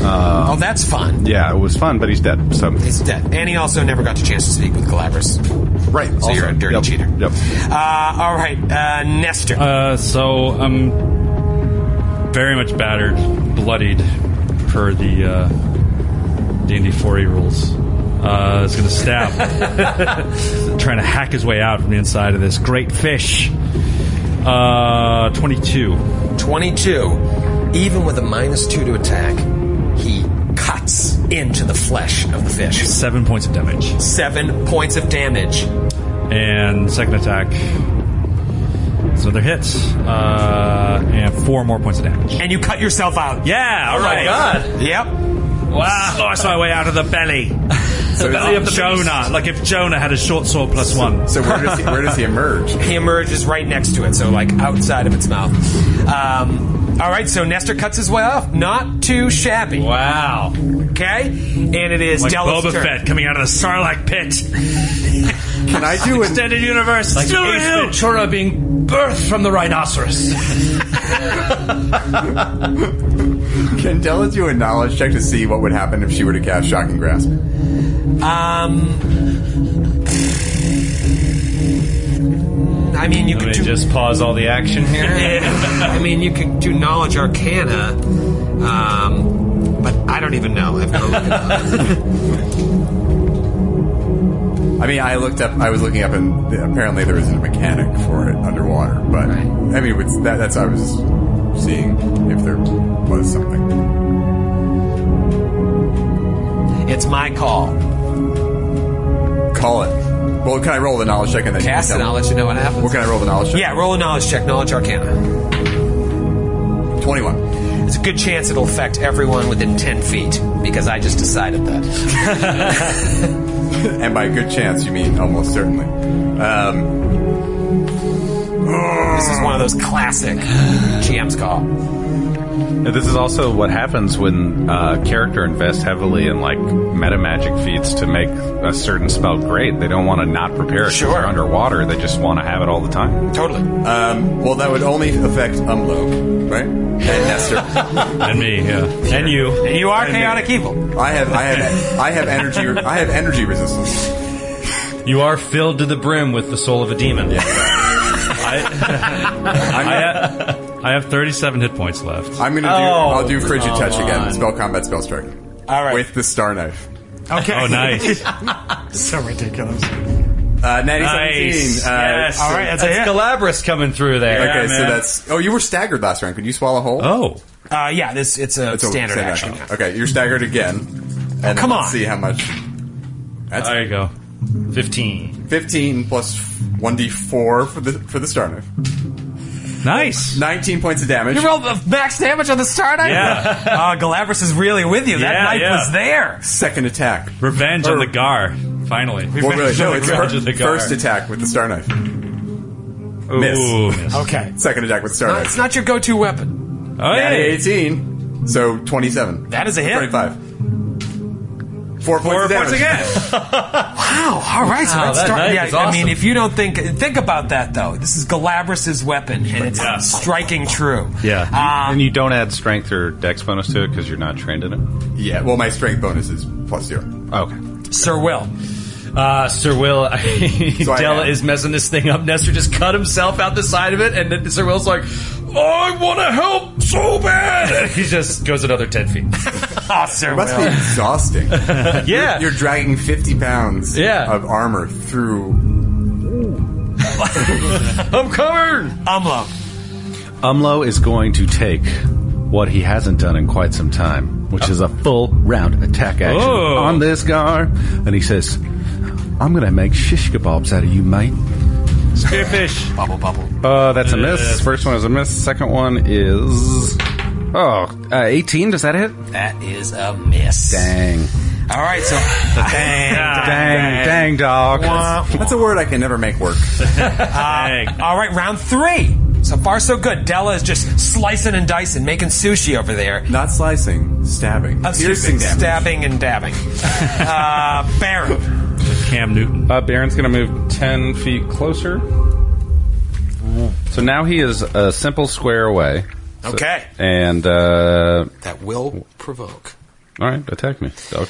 Speaker 6: Uh,
Speaker 2: Oh, that's fun.
Speaker 6: yeah, it was fun, but he's dead. So
Speaker 2: He's dead. And he also never got the chance to speak with Galabras.
Speaker 6: right,
Speaker 2: So you're a dirty
Speaker 6: Yep,
Speaker 2: cheater.
Speaker 6: Yep.
Speaker 2: Uh, all right, uh, Nestor.
Speaker 7: Uh, so I'm very much battered, bloodied, per the uh, D and D 4e E rules. Uh, it's going to stab, [LAUGHS] trying to hack his way out from the inside of this great fish. Uh, 22.
Speaker 2: 22. Even with a minus two to attack, he cuts into the flesh of the fish.
Speaker 7: Seven points of damage.
Speaker 2: Seven points of damage.
Speaker 7: And second attack. It's another hit. Uh, and four more points of damage. Oh
Speaker 2: And you cut yourself out.
Speaker 7: Yeah, all right.
Speaker 2: Yep.
Speaker 7: Wow. Slice Ah, oh, my way out of the [LAUGHS] belly. the belly of Jonah. Like if Jonah had a short sword plus one.
Speaker 4: So where does he, where does he emerge?
Speaker 2: He emerges right next to it, so like outside of its mouth. Um, all right, so Nestor cuts his way off. Not too shabby.
Speaker 7: Wow.
Speaker 2: Okay? And it is
Speaker 7: Like
Speaker 2: Della's
Speaker 7: Boba
Speaker 2: turn.
Speaker 7: Fett coming out of the Sarlacc
Speaker 6: [LAUGHS]
Speaker 7: pit.
Speaker 4: Can I
Speaker 7: [LAUGHS]
Speaker 4: do an
Speaker 7: Extended universe. Like Still real.
Speaker 11: Ventura being birthed from the rhinoceros.
Speaker 4: Can Della do a knowledge check to see what would happen if she were to cast Shocking Grasp?
Speaker 2: Um. [LAUGHS] I mean, you could do.
Speaker 5: just pause all the action here.
Speaker 2: I mean, you could do knowledge arcana, um, but I don't even know.
Speaker 11: [LAUGHS]
Speaker 2: I've never looked it up.
Speaker 4: I mean, I looked up. I was looking up, and apparently there isn't a mechanic for it underwater. But I mean, it's, that, that's I was seeing if there was something.
Speaker 2: It's my call.
Speaker 4: Call it. Well, can I roll the knowledge check and then
Speaker 2: Cast, and I'll let you know what happens.
Speaker 4: What can I roll the knowledge check?
Speaker 2: Yeah, roll a knowledge check. Knowledge arcana.
Speaker 4: twenty-one.
Speaker 2: It's a good chance it'll affect everyone within ten feet because I just decided that.
Speaker 4: And by good chance, you mean almost certainly. Um,
Speaker 2: This is one of those
Speaker 11: [SIGHS]
Speaker 2: classic GM's call.
Speaker 6: And This is also what happens when uh, character invests heavily in like meta magic feats to make a certain spell great. They don't want to not prepare it. 'cause
Speaker 2: Sure.
Speaker 6: They're underwater. They just want to have it all the time.
Speaker 2: Totally.
Speaker 4: um, well, that would only affect Umlo, right? And [LAUGHS] Nestor.
Speaker 7: And me, yeah. And you.
Speaker 2: You are chaotic evil.
Speaker 4: I have, I have, I have energy. I have energy resistance.
Speaker 5: You are filled to the brim with the soul of a demon.
Speaker 7: I,
Speaker 4: I'm,
Speaker 7: I, I have 37 hit points left.
Speaker 4: I'm gonna do. I'll do frigid touch again. Spell combat, spell strike. Oh, All right. With the star knife.
Speaker 9: Okay.
Speaker 7: Oh, [LAUGHS] nice.
Speaker 9: so ridiculous.
Speaker 4: Uh, natty
Speaker 7: Nice.
Speaker 4: 17. Uh,
Speaker 7: Yes.
Speaker 4: so-
Speaker 9: All right, that's, a hit.
Speaker 5: Galabras coming through there.
Speaker 4: okay, so
Speaker 7: man.
Speaker 4: that's. Oh, you were staggered last round. Could you swallow whole?
Speaker 7: Oh,
Speaker 9: Uh, yeah, this it's a
Speaker 4: That's a-
Speaker 9: standard
Speaker 4: same
Speaker 9: action.
Speaker 4: Okay, you're staggered again.
Speaker 7: Oh,
Speaker 4: And
Speaker 9: come
Speaker 4: let's
Speaker 9: on.
Speaker 4: See how much. That's
Speaker 7: there you go. 15.
Speaker 4: 15 plus 1d4 for the for the star knife.
Speaker 7: Nice.
Speaker 4: 19 points of damage.
Speaker 2: Roll the max damage on the star knife?
Speaker 7: [LAUGHS] Yeah.
Speaker 9: [LAUGHS] Uh, Galabras is really with you. That
Speaker 7: Yeah,
Speaker 9: knife
Speaker 7: yeah.
Speaker 9: was there.
Speaker 4: Second attack.
Speaker 7: Revenge on the Gar. Finally.
Speaker 4: Well, really, no, it's
Speaker 7: Revenge
Speaker 4: her
Speaker 7: of the Gar.
Speaker 4: first attack with the star knife.
Speaker 7: Ooh,
Speaker 4: miss.
Speaker 7: miss. Oh,
Speaker 9: Okay.
Speaker 4: Second attack with the star
Speaker 2: No,
Speaker 4: knife.
Speaker 2: it's not your go-to weapon.
Speaker 4: Natty
Speaker 7: yeah.
Speaker 4: 18. So 27.
Speaker 9: That is a hit.
Speaker 4: 25. Four, points
Speaker 7: Four
Speaker 4: of damage.
Speaker 7: points again.
Speaker 9: Wow. Oh, All right. So that's
Speaker 2: that
Speaker 9: start-
Speaker 2: knife
Speaker 9: yeah,
Speaker 2: is
Speaker 9: I mean,
Speaker 2: awesome.
Speaker 9: if you don't think think about that though, this is Galabras's weapon, and it's
Speaker 7: Yeah.
Speaker 9: striking true. Um,
Speaker 7: Yeah.
Speaker 6: and you don't add strength or dex bonus to it because you're not trained in it.
Speaker 4: [LAUGHS] Yeah, well, my strength bonus is plus zero.
Speaker 6: Okay.
Speaker 9: Sir Will.
Speaker 5: Uh, Sir Will,
Speaker 4: I
Speaker 5: Della
Speaker 4: am.
Speaker 5: is messing this thing up. Nestor just cut himself out the side of it, and then Sir Will's like, I want to help so bad. And [LAUGHS] he just goes another 10 feet.
Speaker 9: Oh, Sir
Speaker 4: Must
Speaker 9: Will.
Speaker 4: be exhausting.
Speaker 5: yeah.
Speaker 4: You're dragging 50 pounds
Speaker 5: Yeah.
Speaker 4: of armor through.
Speaker 5: I'm coming.
Speaker 9: Umlo.
Speaker 6: Umlo is going to take what he hasn't done in quite some time, which is a full round attack action
Speaker 7: Oh.
Speaker 6: on this Gar. And he says, I'm going to make shish kebabs out of you, mate.
Speaker 7: Spearfish.
Speaker 2: Bubble, bubble.
Speaker 6: Uh, that's a miss. First one is a miss. Second one is. Oh, uh, 18. Does that hit?
Speaker 2: That is a miss.
Speaker 6: Dang.
Speaker 2: All right, so [SIGHS]
Speaker 4: [LAUGHS]
Speaker 6: Dang, dang, dog.
Speaker 4: That's a word I can never make work.
Speaker 7: Dang.
Speaker 9: All right, round three. So far, so good. Della is just slicing and dicing, making sushi over there.
Speaker 4: Not slicing, stabbing.
Speaker 9: Uh,
Speaker 4: Piercing damage.
Speaker 9: stabbing, and dabbing. uh, Baron.
Speaker 7: Cam Newton.
Speaker 6: Uh, Baron's going to move 10 feet closer. So now he is a simple square away. So-
Speaker 9: Okay.
Speaker 6: and, uh,
Speaker 2: that will provoke.
Speaker 6: all right, attack me, dog.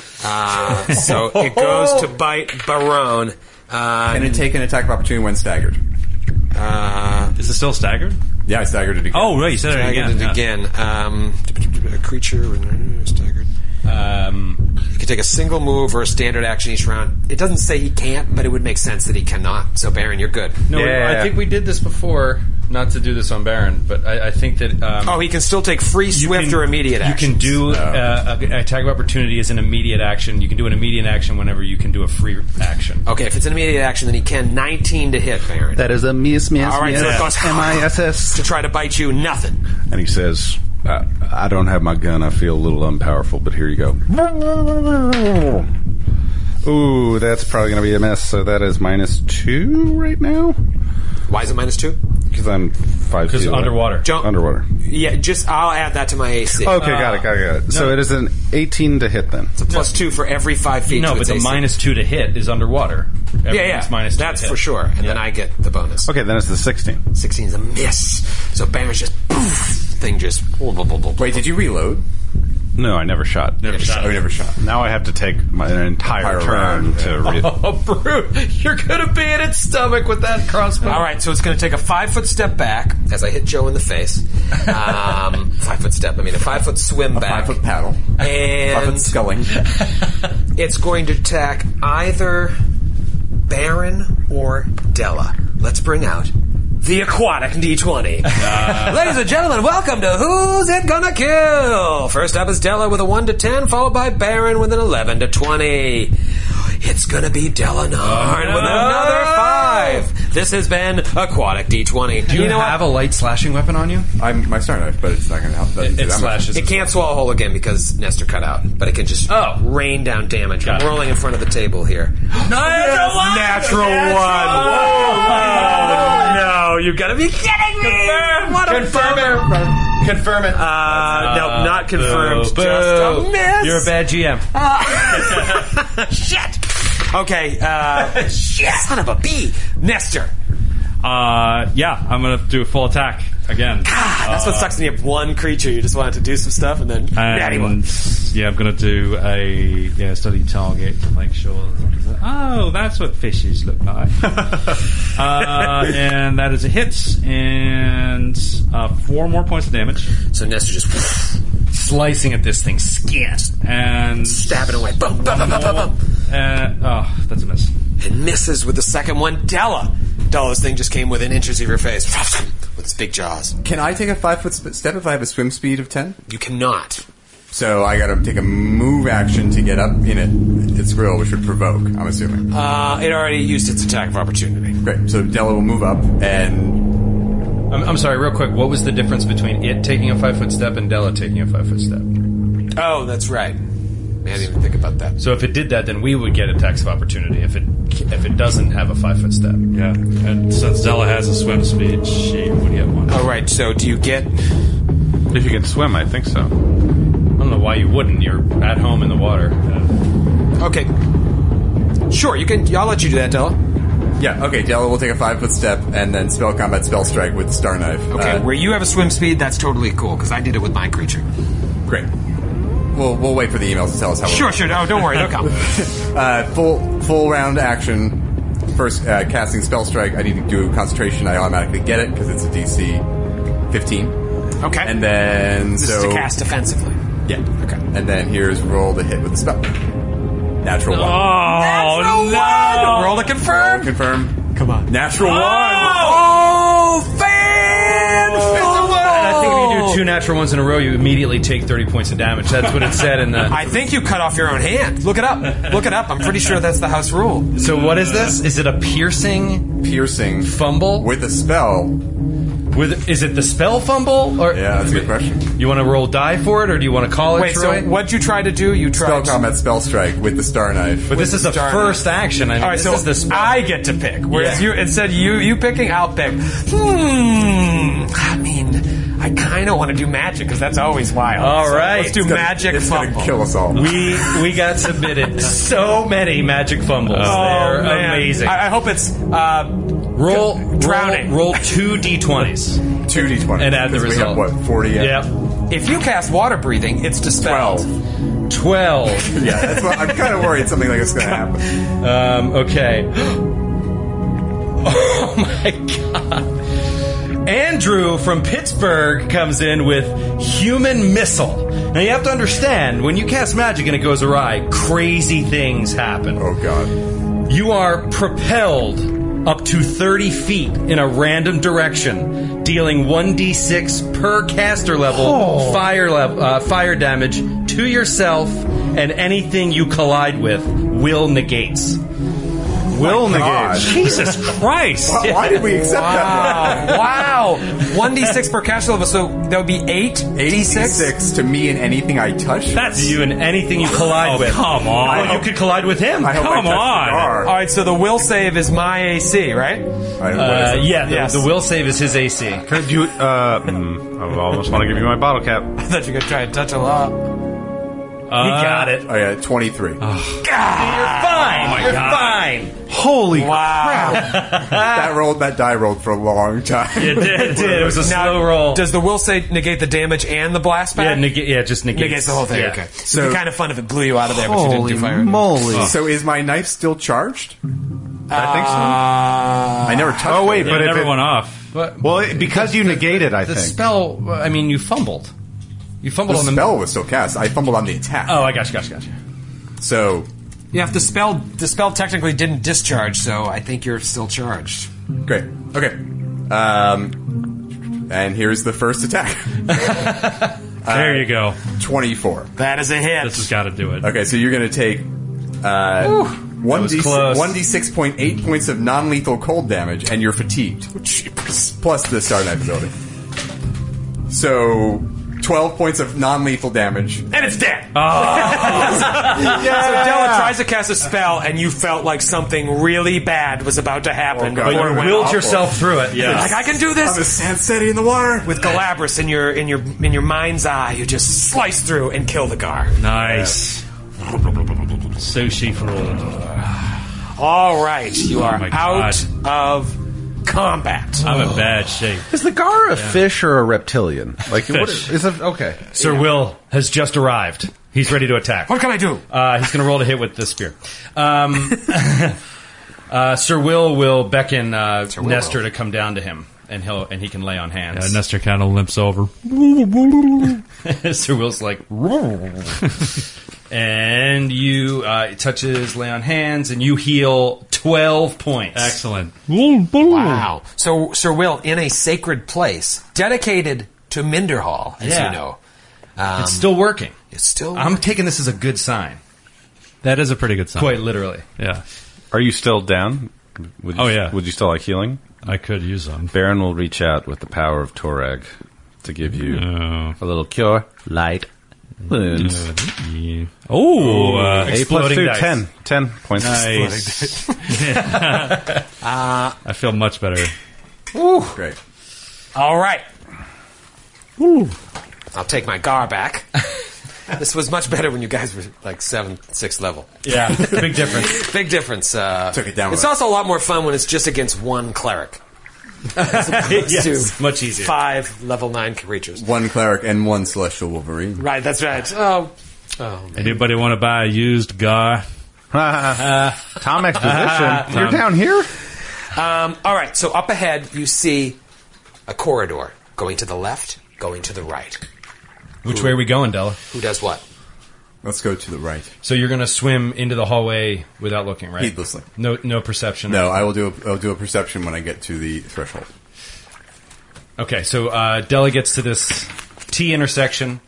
Speaker 2: So it goes to bite Barone. Uh,
Speaker 4: And it take an attack of opportunity when staggered.
Speaker 2: uh,
Speaker 7: Is it still staggered?
Speaker 4: Yeah, I staggered it again.
Speaker 7: Oh, right. You said it
Speaker 2: again,
Speaker 7: again.
Speaker 2: it
Speaker 7: Yeah.
Speaker 2: again. Um, a creature staggered.
Speaker 5: Um,
Speaker 2: He can take a single move or a standard action each round. It doesn't say he can't, but it would make sense that he cannot. So Baron, you're good.
Speaker 5: no,
Speaker 6: Yeah.
Speaker 5: I think we did this before. Not to do this on Baron, but I, I think that. Um,
Speaker 2: Oh, he can still take free,
Speaker 5: you
Speaker 2: swift,
Speaker 5: can-
Speaker 2: or immediate action.
Speaker 5: You can do uh, a- an attack of opportunity is an immediate action. You can do an immediate action whenever you can do a free action.
Speaker 2: Okay, if it's an immediate action, then he can 19 to hit Baron
Speaker 6: That is a miss, miss,
Speaker 2: All right, so it goes-
Speaker 6: M-I-S-S.
Speaker 2: to try to bite you. Nothing.
Speaker 6: And he says, I, I don't have my gun. I feel a little unpowerful, but here
Speaker 7: [LAUGHS]
Speaker 6: you go. Ooh, that's probably going to be a miss. So that is minus two right now
Speaker 2: Why is it minus two?
Speaker 6: because I'm five.
Speaker 5: Because
Speaker 6: feet away.
Speaker 5: underwater.
Speaker 2: Jump.
Speaker 6: Underwater.
Speaker 2: Yeah, just I'll add that to my AC.
Speaker 6: Okay, got it, got it, got it. So it is an 18 to hit then.
Speaker 2: It's a plus two for every five feet.
Speaker 5: No,
Speaker 2: to
Speaker 5: but
Speaker 2: its
Speaker 5: the
Speaker 2: AC.
Speaker 5: minus two to hit is underwater.
Speaker 2: Yeah, yeah,
Speaker 5: Everything's minus two to
Speaker 2: that's
Speaker 5: hit.
Speaker 2: for sure. And then I get the bonus.
Speaker 6: Okay, then it's the 16.
Speaker 2: 16 is a miss. So Baron's just poof, thing just.
Speaker 4: Wait, did you reload?
Speaker 6: No, I never shot.
Speaker 7: Never shot.
Speaker 4: Oh, we never shot.
Speaker 6: Now I have to take my, an entire
Speaker 4: Entire
Speaker 6: turn
Speaker 4: round,
Speaker 6: to re-
Speaker 5: [LAUGHS] Oh, brute! You're gonna be in its stomach with that crossbow.
Speaker 2: All right, so it's going to take a five foot step back as I hit Joe in the
Speaker 5: [LAUGHS]
Speaker 2: face. Um, five foot step. I mean, a five foot swim back.
Speaker 4: Five foot paddle. Five foot
Speaker 2: and
Speaker 4: sculling.
Speaker 2: it's going to attack either Baron or Della. Let's bring out the aquatic
Speaker 9: [LAUGHS]
Speaker 2: D20.
Speaker 9: Ah.
Speaker 2: Ladies and gentlemen, welcome to Who's It Gonna Kill? First up is Della with a 1 to 10, followed by Baron with an 11 to 20. It's gonna be Della Narn with another 5. This has been Aquatic D20.
Speaker 5: Do you, have a light slashing weapon on you?
Speaker 4: I'm my star knife, but it's not going to help. Doesn't do
Speaker 5: It
Speaker 4: that much.
Speaker 5: slashes.
Speaker 2: It can't swallow whole again because Nestor cut out, but it can just
Speaker 5: Oh.
Speaker 2: rain down damage. I'm rolling in front of the table
Speaker 5: [GASPS]
Speaker 2: here.
Speaker 3: Natural
Speaker 9: no, you gotta be kidding me! What a
Speaker 5: Oh, Confirm
Speaker 9: bummer.
Speaker 5: it. Confirm it.
Speaker 9: Uh, no, not confirmed.
Speaker 5: boo, boo.
Speaker 9: Just a miss.
Speaker 5: You're a bad GM.
Speaker 9: [LAUGHS] Shit. Okay.
Speaker 5: [LAUGHS]
Speaker 9: Uh, Shit. Son of a bee. Nestor.
Speaker 7: Uh, yeah, I'm going to do a full attack. again.
Speaker 9: Ah, That's
Speaker 5: Uh.
Speaker 9: what sucks when you have one creature. You just want it to do some stuff and then natty one.
Speaker 7: And, Um, yeah, I'm gonna do a yeah study target to make sure. Oh, that's what fishes look
Speaker 5: [LAUGHS]
Speaker 7: like. uh, and that is a hit, and uh, four more points of damage.
Speaker 2: So Nestor just
Speaker 5: slicing at this thing, skin,
Speaker 7: and
Speaker 2: stabbing away. Boom, boom, boom, boom, boom, boom.
Speaker 7: Uh, oh, that's a miss.
Speaker 2: and misses with the second one. Della, Della's thing just came within inches of your face [LAUGHS] with its big jaws.
Speaker 4: Can I take a five foot sp- step if I have a swim speed of ten?
Speaker 2: You cannot.
Speaker 4: So I got to take a move action to get up in it. It's real, which would provoke. I'm assuming.
Speaker 9: Uh, it already used its attack of opportunity.
Speaker 4: Great. So Della will move up and
Speaker 5: I'm, I'm sorry, real quick. What was the difference between it taking a five foot step and Della taking a five foot step?
Speaker 2: Oh, that's right. Man, I didn't even think about that.
Speaker 5: So if it did that, then we would get a tax of opportunity. If it if it doesn't have a five foot step,
Speaker 7: Yeah, and since Della has a swim speed, she would
Speaker 5: [LAUGHS]
Speaker 7: get one.
Speaker 2: All right, so do you get?
Speaker 6: If you can swim, I think so.
Speaker 5: I don't know why you wouldn't. You're at home in the water.
Speaker 2: Okay, sure. You can. I'll let you do that, Della.
Speaker 4: yeah. Okay, Della will take a five foot step and then spell combat spell strike with star knife.
Speaker 2: Okay,
Speaker 4: Uh,
Speaker 2: where you have a swim speed, that's totally cool because I did it with my creature.
Speaker 4: great. We'll we'll wait for the emails to tell us how.
Speaker 9: Sure, sure. No, don't
Speaker 2: [LAUGHS]
Speaker 9: worry. They'll come.
Speaker 4: Uh, full full round action. First, uh, casting spell strike. I need to do concentration. I automatically get it because it's a DC 15.
Speaker 9: Okay.
Speaker 4: And then
Speaker 9: this
Speaker 4: so
Speaker 9: is to cast defensively.
Speaker 4: yeah. Okay. And then here's roll the hit with the spell. Natural one.
Speaker 7: Oh no!
Speaker 9: Roll to confirm.
Speaker 4: Confirm. Come on. Natural one.
Speaker 9: Oh, fan!
Speaker 5: And I think if you do two natural ones in a row, you immediately take thirty points of damage. That's what it said [LAUGHS] in the.
Speaker 9: I think you cut off your own hand. Look it up. Look it up. I'm pretty sure that's the house rule.
Speaker 5: So what is this? Is it a piercing
Speaker 4: Piercing
Speaker 5: fumble?
Speaker 4: with a spell.
Speaker 5: With is it the spell fumble or
Speaker 4: Yeah, that's a good question.
Speaker 5: you want to roll die for it or do you want to call it?
Speaker 9: Wait, so
Speaker 5: Troy?
Speaker 9: what you tried to do? You
Speaker 4: Spell
Speaker 9: tried. to-
Speaker 4: combat spell strike with the star knife.
Speaker 5: But this is a
Speaker 9: Darn.
Speaker 5: first action. I mean,
Speaker 9: All right,
Speaker 5: this
Speaker 9: so
Speaker 5: is the spell.
Speaker 9: I get to pick. Whereas you instead you you picking, I'll pick. Hmm. I mean, I kind of want to do magic because that's always wild.
Speaker 5: All
Speaker 9: All
Speaker 5: right.
Speaker 9: let's do
Speaker 5: It's
Speaker 4: gonna-
Speaker 9: magic.
Speaker 4: It's gonna
Speaker 9: fumble.
Speaker 4: kill us all.
Speaker 5: we we got submitted [LAUGHS] so many magic fumbles. They're
Speaker 9: Oh, man.
Speaker 5: amazing.
Speaker 9: I, I hope it's uh,
Speaker 5: roll
Speaker 9: drowning.
Speaker 5: Roll, roll two
Speaker 9: [LAUGHS]
Speaker 5: d20s.
Speaker 4: Two d twenty.
Speaker 5: And add the result.
Speaker 4: We have, what forty?
Speaker 5: yep.
Speaker 9: if you cast water breathing, it's dispelled.
Speaker 4: Twelve.
Speaker 5: Twelve.
Speaker 4: Yeah, that's what I'm kind of worried something like this is
Speaker 5: [LAUGHS]
Speaker 4: going to happen.
Speaker 5: Um, okay. [GASPS] Oh my god. Andrew from Pittsburgh comes in with human missile. Now you have to understand when you cast magic and it goes awry, crazy things happen.
Speaker 4: Oh god.
Speaker 5: You are propelled up to 30 feet in a random direction, dealing 1d6 per caster level fire level uh, fire damage to yourself, and anything you collide with will negates.
Speaker 4: Will
Speaker 5: God. Jesus Christ!
Speaker 4: Why, why did we accept that one?
Speaker 9: wow, one d six per cash level, so that would be eight d six.
Speaker 4: Eighty-six to me and anything I touch.
Speaker 5: That's you and anything you collide with. Come on,
Speaker 4: I
Speaker 5: you
Speaker 4: hope-
Speaker 5: could collide with him.
Speaker 4: I hope I
Speaker 5: Come
Speaker 4: touched the
Speaker 5: on.
Speaker 4: bar.
Speaker 9: All right, so the will save is my AC, right? [LAUGHS]
Speaker 4: I,
Speaker 5: Uh,
Speaker 4: what is it?
Speaker 5: yeah, the,
Speaker 9: Yes.
Speaker 5: the will save is his AC.
Speaker 6: Could you? Uh, mm, I almost want to give you my bottle cap.
Speaker 9: I thought you were gonna try and touch a lot.
Speaker 5: he got it.
Speaker 4: Oh yeah, twenty-three.
Speaker 5: Ah. Fine. You're fine.
Speaker 6: Holy
Speaker 9: Wow.
Speaker 4: that rolled. That die rolled for a long time.
Speaker 5: It did. It did. It was a
Speaker 9: Now,
Speaker 5: slow roll.
Speaker 9: Does the will say negate the damage and the blast
Speaker 5: Yeah,
Speaker 9: back?
Speaker 5: nega- yeah, just negates,
Speaker 9: Negates the whole thing.
Speaker 5: Yeah.
Speaker 9: Okay. So
Speaker 4: So-
Speaker 9: it'd be kind of fun if it blew you out of there, but you didn't do fire.
Speaker 8: moly!
Speaker 4: So is my knife still charged?
Speaker 6: I think so.
Speaker 4: I never touched.
Speaker 6: oh wait,
Speaker 4: it.
Speaker 6: but
Speaker 7: But
Speaker 6: if it,
Speaker 7: everyone off.
Speaker 6: well, it, because you negate it, I
Speaker 5: The
Speaker 6: think.
Speaker 5: spell. uh, I mean, you fumbled. You fumbled
Speaker 4: the
Speaker 5: on the
Speaker 4: spell was still cast. I fumbled on the attack.
Speaker 5: Oh, I got you, got you, got you.
Speaker 4: So
Speaker 2: Yeah, if the spell the spell technically didn't discharge, so I think you're still charged.
Speaker 4: great. Okay. Um, and here's the first attack. [LAUGHS]
Speaker 7: There you go.
Speaker 4: Twenty-four.
Speaker 9: That is a hit.
Speaker 7: This has got to do it.
Speaker 4: Okay, so you're going to take uh, one d
Speaker 5: close.
Speaker 4: one d six point eight points of non lethal cold damage, and you're fatigued. Plus the star knife ability. So twelve points of non lethal damage.
Speaker 9: and it's dead. [LAUGHS] So Della tries to cast a spell, and you felt like something really bad was about to happen.
Speaker 4: Oh, God.
Speaker 9: before
Speaker 4: But
Speaker 9: it
Speaker 4: you
Speaker 9: went
Speaker 5: Willed
Speaker 9: off.
Speaker 5: yourself through it. Yeah.
Speaker 9: Like I can do
Speaker 4: I'm a
Speaker 9: this
Speaker 4: sand city in the water.
Speaker 9: with Galabras in your in your in your mind's eye. You just slice through and kill the gar.
Speaker 7: Nice. Sushi for all.
Speaker 9: All right, you are
Speaker 7: my
Speaker 9: out of combat.
Speaker 7: I'm in bad shape.
Speaker 6: Is the gar a
Speaker 7: Yeah.
Speaker 6: fish or a reptilian? Like, what
Speaker 7: Fish.
Speaker 6: is, is it? Okay.
Speaker 7: Sir Will has just arrived. He's ready to attack. What
Speaker 9: can I do?
Speaker 7: Uh, he's going to roll to hit with the spear. Um, [LAUGHS] uh, Sir Will will beckon uh,
Speaker 5: Will
Speaker 7: Nestor to come down to him, and he'll and he can lay on hands.
Speaker 5: Yeah,
Speaker 7: Nestor kind of limps over. [LAUGHS] Sir Will's like, [LAUGHS] and you uh, it touches lay on hands, and you heal twelve points. Excellent.
Speaker 2: Wow. So, Sir Will, in a sacred place dedicated to Minderhall, as
Speaker 7: Yeah.
Speaker 2: you know.
Speaker 7: it's still working.
Speaker 2: It's still.
Speaker 7: I'm taking this as a good sign.
Speaker 6: That is a pretty good sign.
Speaker 7: Quite literally. Yeah.
Speaker 6: Are you still down? Would you,
Speaker 7: Oh, yeah.
Speaker 6: Would you still like healing?
Speaker 7: I could use them.
Speaker 6: Baron will reach out with the power of Torag to give you a little cure, light wounds.
Speaker 7: Oh, uh,
Speaker 6: Eight plus
Speaker 7: exploding
Speaker 6: two,
Speaker 7: dice.
Speaker 6: ten. Ten points.
Speaker 7: Nice. [LAUGHS]
Speaker 5: Uh,
Speaker 7: I feel much better.
Speaker 6: Great.
Speaker 2: All right. I'll take my gar back. [LAUGHS] this was much better when you guys were like seven, sixth level.
Speaker 7: Yeah, big [LAUGHS] difference.
Speaker 2: big difference. Uh, Took it
Speaker 7: down
Speaker 2: It's
Speaker 7: with-
Speaker 2: also a lot more fun when it's just against one [LAUGHS] cleric. As opposed
Speaker 7: Yes,
Speaker 2: to
Speaker 7: much easier.
Speaker 2: Five level nine creatures.
Speaker 4: One cleric and one celestial wolverine.
Speaker 2: Right, that's right. Oh, oh
Speaker 7: Anybody want to buy a used gar?
Speaker 6: Tom
Speaker 2: Exposition. You're down
Speaker 6: here?
Speaker 2: Um, all right, so up ahead you see a corridor going to the left, going to the right.
Speaker 7: Which way are we going, Della?
Speaker 2: Who does what?
Speaker 4: Let's go to the right.
Speaker 7: So you're going to swim into the hallway without looking, right?
Speaker 4: Heedlessly.
Speaker 7: No, no perception.
Speaker 4: No, I will do. A, I'll do a perception when I get to the threshold.
Speaker 7: Okay, so uh, Della gets to this T intersection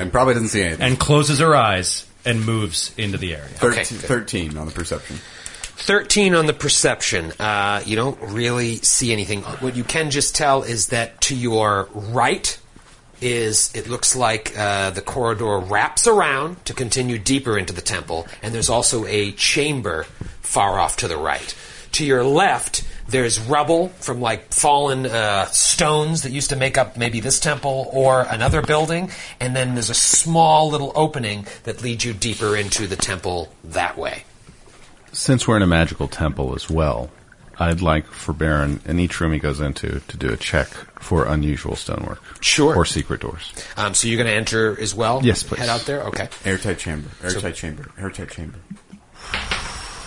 Speaker 4: and probably doesn't see anything,
Speaker 7: and closes her eyes and moves into the area.
Speaker 4: Thirteen, Thirteen on the perception.
Speaker 2: 13 on the perception. Uh, you don't really see anything. What you can just tell is that to your right is it looks like uh, the corridor wraps around to continue deeper into the temple, and there's also a chamber far off to the right. To your left, there's rubble from like fallen uh, stones that used to make up maybe this temple or another building, and then there's a small little opening that leads you deeper into the temple that way.
Speaker 6: Since we're in a magical temple as well, I'd like for Baron, in each room he goes into, to do a check for unusual stonework.
Speaker 2: Sure.
Speaker 6: Or secret doors.
Speaker 2: Um, so you're going to enter as well?
Speaker 6: Yes, please.
Speaker 2: Head out there? Okay.
Speaker 4: Airtight chamber. Airtight chamber. Airtight chamber.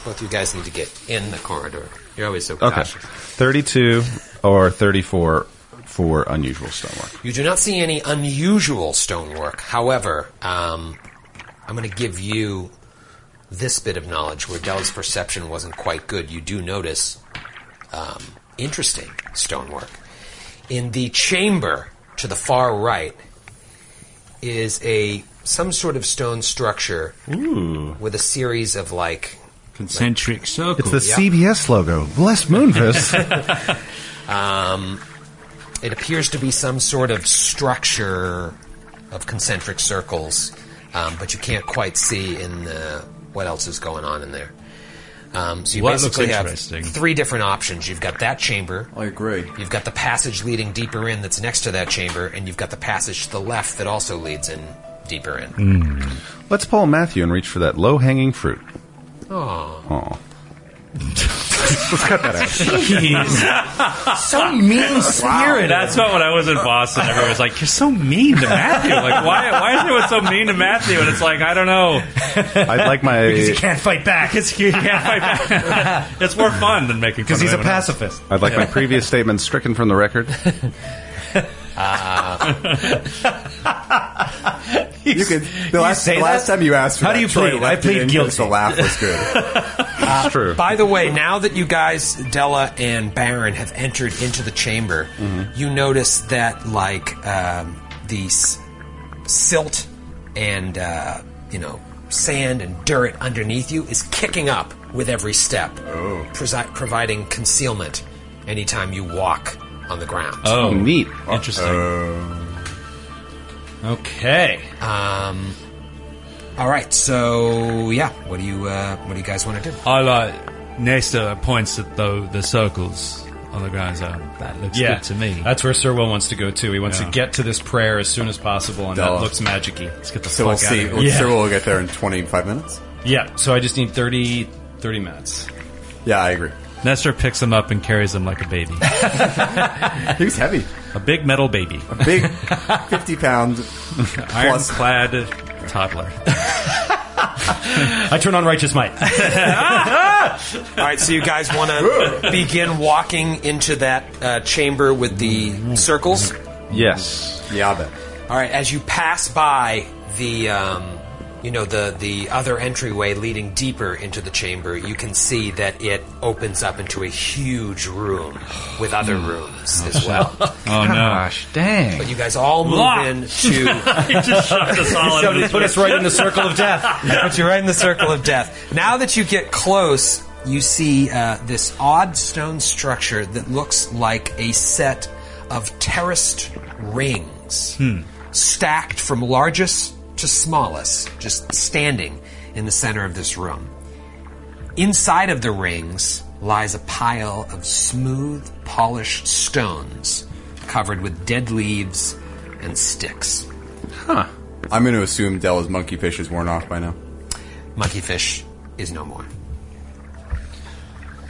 Speaker 2: Both you guys need to get in the corridor. You're always so
Speaker 6: Okay.
Speaker 2: cautious.
Speaker 6: 32 or 34 for unusual stonework.
Speaker 2: You do not see any unusual stonework. However, um, I'm going to give you this bit of knowledge where Dell's perception wasn't quite good. You do notice um, interesting stonework. In the chamber to the far right is a some sort of stone structure with a series of like
Speaker 11: Concentric
Speaker 6: It's
Speaker 11: circles.
Speaker 6: the CBS logo. Bless Moonvis.
Speaker 2: Um, it appears to be some sort of structure of concentric circles, um, but you can't quite see in the, what else is going on in there. Um, so you
Speaker 7: Well, that looks
Speaker 2: basically have
Speaker 7: interesting.
Speaker 2: three different options. You've got that chamber.
Speaker 4: I agree.
Speaker 2: You've got the passage leading deeper in that's next to that chamber, and you've got the passage to the left that also leads in deeper in.
Speaker 6: Let's pull a Matthew and reach for that low hanging fruit.
Speaker 2: Aw.
Speaker 6: Aw. Let's cut that
Speaker 7: Jeez.
Speaker 11: [LAUGHS]
Speaker 7: so mean spirited.
Speaker 11: That's not when I was in Boston. Everyone was like, "You're so mean to Matthew. Like, why? Why is everyone so mean to Matthew?" And it's like, I don't know.
Speaker 6: out. I'd like
Speaker 11: [LAUGHS]
Speaker 6: my.
Speaker 11: Because he can't fight back. Because he can't fight back. it's more fun than making fun
Speaker 7: Because he's
Speaker 11: of
Speaker 7: a
Speaker 11: everyone else.
Speaker 7: pacifist.
Speaker 6: I'd like my previous statement stricken from
Speaker 11: [LAUGHS]
Speaker 6: the record.
Speaker 4: You could. The last,
Speaker 7: say
Speaker 4: the last
Speaker 7: that?
Speaker 4: time you asked for
Speaker 7: How
Speaker 4: that,
Speaker 7: do you
Speaker 4: Troy
Speaker 7: plead?
Speaker 4: left
Speaker 7: I plead
Speaker 4: it in 'cause The
Speaker 7: guilty.
Speaker 4: laugh
Speaker 7: [LAUGHS]
Speaker 4: was good.
Speaker 6: It's true.
Speaker 2: By the way, now that you guys, Della and Baron, have entered into the chamber, you notice that, like, um, the s- silt and, uh, you know, sand and dirt underneath you is kicking up with every step, Oh. presi- providing concealment anytime you walk on the ground.
Speaker 6: Oh, neat.
Speaker 7: Interesting. Okay.
Speaker 2: Um, all right, so yeah, what do you uh, what do you guys want to do?
Speaker 11: I like Nesta points at the the circles on the ground. So
Speaker 7: "Oh,
Speaker 11: that looks
Speaker 7: yeah,
Speaker 11: good to me.
Speaker 7: That's where Sir Will wants to go too. He wants
Speaker 11: Yeah.
Speaker 7: to get to this prayer as soon as possible, and
Speaker 4: Duh.
Speaker 7: that looks magicy. Let's get the
Speaker 4: So we'll see.
Speaker 7: here.
Speaker 4: We'll,
Speaker 7: Yeah.
Speaker 4: Sure, we'll get there in twenty-five minutes.
Speaker 7: yeah. So I just need 30, 30 minutes.
Speaker 4: Yeah, I agree.
Speaker 7: Nestor picks him up and carries him like a
Speaker 4: [LAUGHS]
Speaker 7: baby.
Speaker 4: He's heavy.
Speaker 7: A big metal baby. A [LAUGHS]
Speaker 4: big 50 pound
Speaker 7: ironclad toddler. I turn on Righteous Might.
Speaker 2: All right, so you guys want to [LAUGHS] begin walking into that uh, chamber with the circles?
Speaker 6: Yes.
Speaker 4: Yeah, but
Speaker 2: All right, as you pass by the, um, you know, the the other entryway leading deeper into the chamber, you can see that it opens up into a huge room with other rooms as well.
Speaker 7: Oh no!
Speaker 6: dang.
Speaker 2: But you guys all move
Speaker 7: Lock.
Speaker 11: [LAUGHS]
Speaker 2: in to.
Speaker 11: He just shoved us all in.
Speaker 5: Somebody put us right in the circle of
Speaker 11: [LAUGHS]
Speaker 5: death.
Speaker 2: But you're right in the circle of death. Now that you get close, you see uh, this odd stone structure that looks like a set of terraced rings,
Speaker 11: Hmm.
Speaker 2: stacked from largest to smallest, just standing in the center of this room. Inside of the rings lies a pile of smooth, polished stones covered with dead leaves and sticks.
Speaker 4: I'm going to assume Della's monkeyfish is worn off by now.
Speaker 2: Monkeyfish is no more.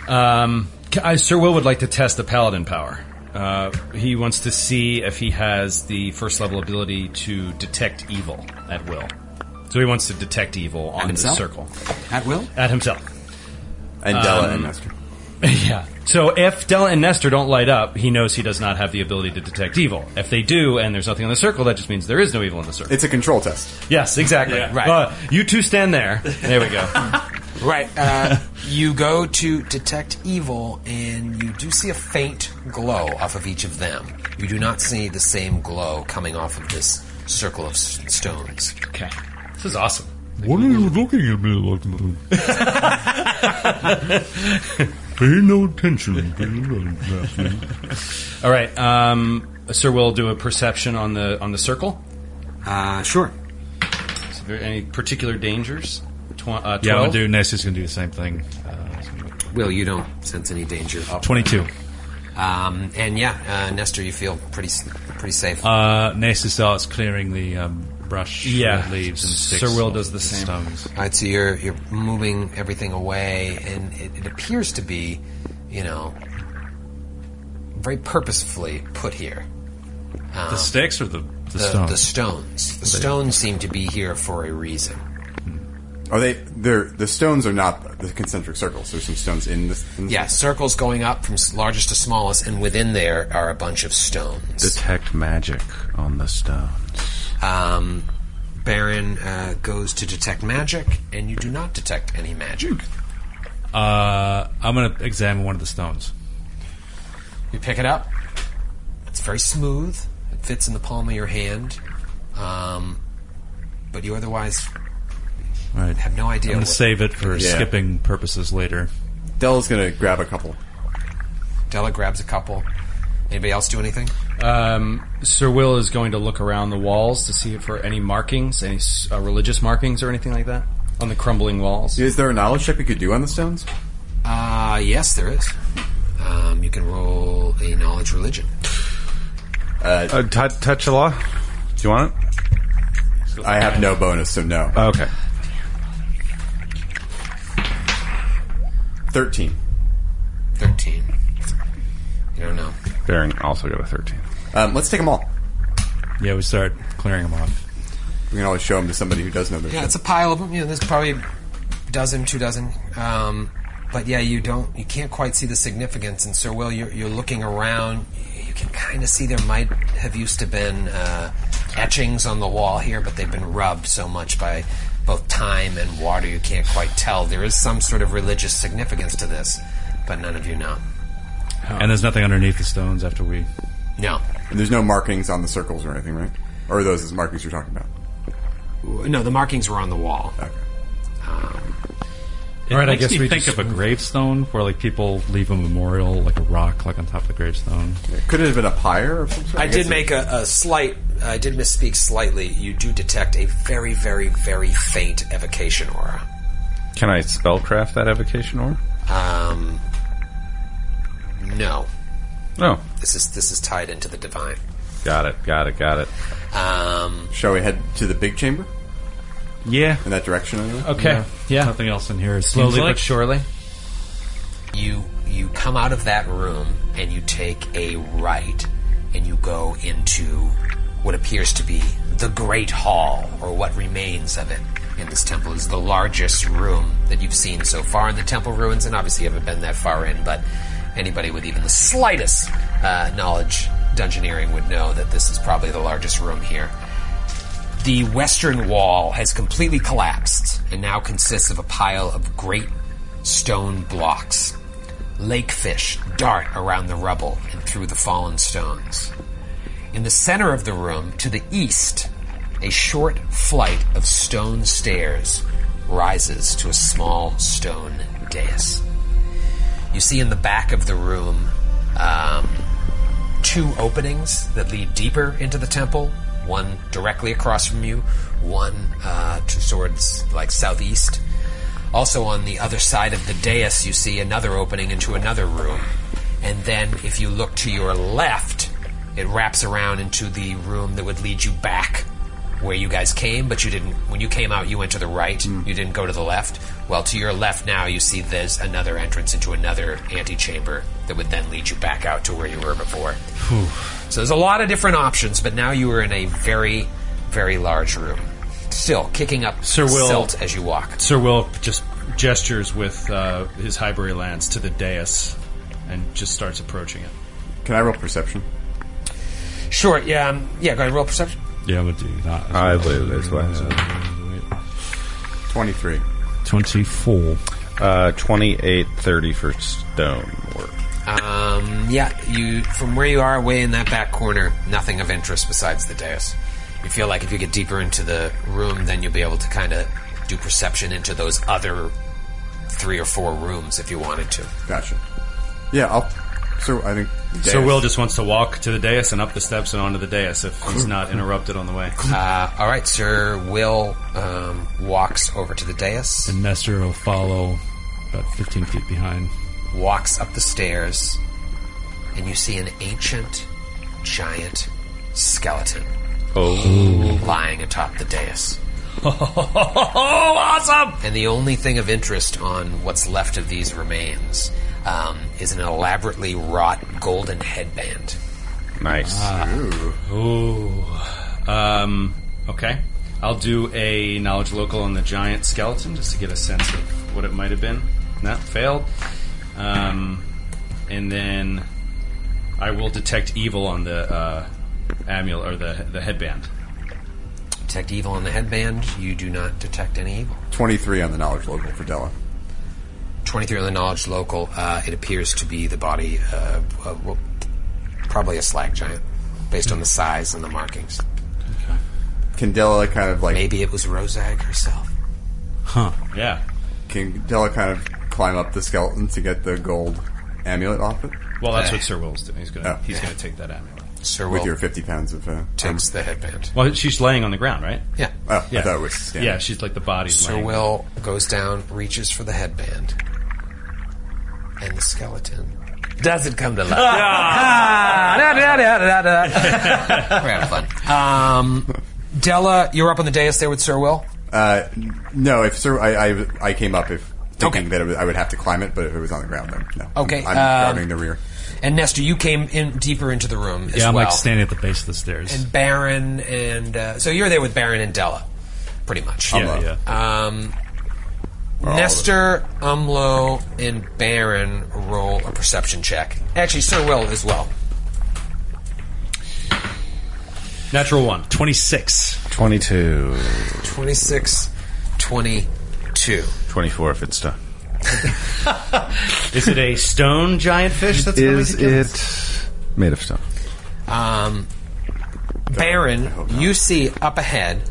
Speaker 5: Um, ca- I, Sir Will would like to test the paladin power. Uh, he wants to see if he has the first level ability to detect evil at will. So he wants to detect evil on the
Speaker 2: himself?
Speaker 5: circle
Speaker 2: At will?
Speaker 5: at himself.
Speaker 4: And
Speaker 7: Um,
Speaker 4: Della and Nestor.
Speaker 5: Yeah. So if Della and Nestor don't light up, he knows he does not have the ability to detect evil. If they do, and there's nothing on the circle, that just means there is no evil in
Speaker 7: [LAUGHS]
Speaker 5: the circle.
Speaker 4: It's a control test.
Speaker 5: yes, exactly.
Speaker 2: Right.
Speaker 5: Uh, you two stand there. There we
Speaker 7: [LAUGHS]
Speaker 5: go.
Speaker 2: Right. [LAUGHS] Uh, you go to detect evil, and you do see a faint glow off of each of them. You do not see the same glow coming off of this circle of s- stones.
Speaker 5: okay. This is awesome.
Speaker 3: What are you looking at me like that? Pay no attention
Speaker 6: [LAUGHS]
Speaker 3: to that.
Speaker 5: All right. Um, Sir Will do a perception on the on the circle.
Speaker 2: Uh, sure.
Speaker 5: Is there any particular dangers? Tw- uh,
Speaker 7: Yeah, I'm gonna
Speaker 5: 12?
Speaker 7: do. Nestor's gonna do the same thing. Uh, he's gonna do
Speaker 2: Will, you don't sense any danger.
Speaker 7: Twenty-two.
Speaker 2: Um, and yeah, uh, Nestor, you feel pretty s- pretty safe.
Speaker 7: Uh, Nestor starts clearing the um, brush,
Speaker 5: Yeah.
Speaker 7: leaves, and sticks.
Speaker 5: Sir Will
Speaker 7: off
Speaker 5: does the
Speaker 7: of
Speaker 5: same.
Speaker 7: Stones.
Speaker 2: All right, so you're you're moving everything away, and it, it appears to be, you know, very purposefully put here.
Speaker 7: The
Speaker 5: Um,
Speaker 7: sticks or the
Speaker 2: The,
Speaker 7: the, stones?
Speaker 2: the stones. The stones seem to be here for a reason.
Speaker 4: Are they? They're the stones are not the concentric circles. There's some stones in this. In this
Speaker 2: Yeah, circles going up from s- largest to smallest, and within there are a bunch of stones.
Speaker 6: Detect magic on the stones.
Speaker 2: Um, Baron uh, goes to detect magic, and you do not detect any magic.
Speaker 7: Uh, I'm gonna examine one of the stones.
Speaker 2: You pick it up. It's very smooth. It fits in the palm of your hand. Um, but you otherwise
Speaker 7: All right.
Speaker 2: have no idea.
Speaker 7: I'm gonna
Speaker 2: what-
Speaker 7: save it for
Speaker 4: Yeah.
Speaker 7: skipping purposes later.
Speaker 4: Della's going to grab a couple.
Speaker 2: Della grabs a couple. Anybody else do anything?
Speaker 5: Um, Sir Will is going to look around the walls to see for any markings, any s- uh, religious markings or anything like that on the crumbling walls.
Speaker 4: Is there a knowledge check we could do on the stones?
Speaker 2: Uh, yes, there is. Um, you can roll a knowledge religion.
Speaker 6: Uh, t- touch the law. Do you want it?
Speaker 4: I have no bonus, so no.
Speaker 6: Okay.
Speaker 4: Thirteen.
Speaker 2: 13. You don't know.
Speaker 6: Baron also got a 13.
Speaker 4: Um, let's take them all.
Speaker 7: Yeah, we start clearing them off.
Speaker 4: We can always show them to somebody who does know their.
Speaker 2: Yeah,
Speaker 4: shit.
Speaker 2: it's a pile of them. You know, there's probably a dozen, two dozen. Um, but yeah, you don't, you can't quite see the significance. And Sir Will, you're, you're looking around. You can kind of see there might have used to been uh, etchings on the wall here, but they've been rubbed so much by both time and water, you can't quite tell. There is some sort of religious significance to this, but none of you know.
Speaker 7: And there's nothing underneath the stones after we.
Speaker 2: No,
Speaker 4: And there's no markings on the circles or anything, right? Or are those as markings you're talking about?
Speaker 2: no, the markings were on the wall.
Speaker 7: All
Speaker 5: right, I guess we
Speaker 7: think
Speaker 5: just-
Speaker 7: of a gravestone where like people leave a memorial, like a rock, like on top of the gravestone.
Speaker 4: Could it have been a pyre of some sort?
Speaker 2: I
Speaker 4: guess
Speaker 2: did
Speaker 4: it-
Speaker 2: make a, a slight. I did misspeak slightly. You do detect a very, very, very faint evocation aura.
Speaker 6: Can I spellcraft that evocation or?
Speaker 2: Um, no,
Speaker 6: Oh.
Speaker 2: this is this is tied into the divine.
Speaker 6: Got it, got it, got it.
Speaker 2: Um,
Speaker 4: Shall we head to the big chamber
Speaker 7: Yeah.
Speaker 4: in that direction? Anyway?
Speaker 5: Okay. Yeah.
Speaker 7: Nothing else in here. It
Speaker 5: Slowly
Speaker 7: seems like.
Speaker 5: but surely.
Speaker 2: you you come out of that room and you take a right and you go into what appears to be the Great Hall, or what remains of it in this temple. is the largest room that you've seen so far in the temple ruins, and obviously you haven't been that far in, but anybody with even the slightest uh, knowledge dungeoneering would know that this is probably the largest room here. The western wall has completely collapsed and now consists of a pile of great stone blocks. Lake fish dart around the rubble and through the fallen stones. In the center of the room, to the east, a short flight of stone stairs rises to a small stone dais. You see in the back of the room um, two openings that lead deeper into the temple. One directly across from you, one uh, t- towards like southeast. Also on the other side of the dais, you see another opening into another room, and then if you look to your left, it wraps around into the room that would lead you back where you guys came, but you didn't. When you came out, you went to the right. You didn't go to the left. Well, to your left now, you see there's another entrance into another antechamber that would then lead you back out to where you were before. So there's a lot of different options, but now you are in a very, very large room. Still kicking up
Speaker 5: Sir Will-
Speaker 2: silt as you walk.
Speaker 5: Sir Will just gestures with uh, his Highbury lance to the dais and just starts approaching it.
Speaker 4: Can I roll perception?
Speaker 2: Sure. Yeah. Um, yeah. Go ahead. Roll perception.
Speaker 7: Yeah, I'm gonna do that.
Speaker 6: I believe that's why. I
Speaker 7: Uh,
Speaker 4: 23.
Speaker 7: 24.
Speaker 6: Uh, 28, 30 for stonework.
Speaker 2: Um, yeah. You from where you are, way in that back corner, nothing of interest besides the dais. You feel like if you get deeper into the room, then you'll be able to kind of do perception into those other three or four rooms if you wanted to.
Speaker 4: Gotcha. Yeah, I'll. So I think.
Speaker 5: Sir
Speaker 4: Dais-
Speaker 5: Will just wants to walk to the dais and up the steps and onto the dais if he's not interrupted on the way.
Speaker 2: Uh, all right, Sir Will um, walks over to the dais,
Speaker 7: And Nestor will follow about 15 feet behind.
Speaker 2: walks up the stairs, and you see an ancient, giant skeleton lying atop the dais.
Speaker 5: Oh, awesome!
Speaker 2: and the only thing of interest on what's left of these remains um, is an elaborately wrought golden headband.
Speaker 6: Nice.
Speaker 5: Ooh. Um, okay. I'll do a knowledge local on the giant skeleton just to get a sense of what it might have been. That failed. Um, and then I will detect evil on the uh, amulet or the the headband.
Speaker 2: Detect evil on the headband. You do not detect any evil.
Speaker 4: 23 on the knowledge local for Della.
Speaker 2: 23 on the knowledge local. Uh, it appears to be the body of uh, well, probably a slag giant, based on the size and the markings.
Speaker 4: Can Della kind of like.
Speaker 2: Maybe it was Rozag herself.
Speaker 5: Yeah.
Speaker 4: Can Della kind of climb up the skeleton to get the gold amulet off it?
Speaker 5: Well, that's what Sir Will's doing. He's gonna
Speaker 4: Eh. Oh.
Speaker 5: he's gonna take that amulet.
Speaker 2: Sir
Speaker 4: With
Speaker 2: Will
Speaker 4: your 50 pounds of. Uh,
Speaker 2: takes the headband.
Speaker 5: Well, she's laying on the ground, right?
Speaker 2: Yeah.
Speaker 4: oh,
Speaker 5: Yeah.
Speaker 4: I thought it was.
Speaker 5: Yeah,
Speaker 4: standing.
Speaker 5: she's like the body.
Speaker 2: Sir Will goes down, reaches for the headband, and the skeleton doesn't come [LAUGHS] to life. Ah. [LAUGHS] We're having fun. Um, Della, you're up on the dais there with Sir Will.
Speaker 4: Uh, no, if Sir, I, I, I came up if thinking
Speaker 2: Okay.
Speaker 4: that it was, I would have to climb it, but if it was on the ground, then no.
Speaker 2: Okay,
Speaker 4: I'm,
Speaker 2: um,
Speaker 4: I'm guarding the rear.
Speaker 2: And Nestor, you came in deeper into the room as
Speaker 7: Yeah, I'm
Speaker 2: well.
Speaker 7: like standing at the base of the stairs.
Speaker 2: And Baron and uh, so you're there with Baron and Della, pretty much.
Speaker 7: yeah, yeah.
Speaker 2: Um, Nestor, Umlo, and Baron roll a perception check. Actually, Sir Will as well.
Speaker 5: Natural one.
Speaker 7: 26.
Speaker 6: 22.
Speaker 2: 26, 22.
Speaker 6: 24 if it's done.
Speaker 5: Is it a stone giant fish? That's coming
Speaker 6: Is
Speaker 5: to kill us?
Speaker 6: it made of stone?
Speaker 2: Um, Baron, you see up ahead,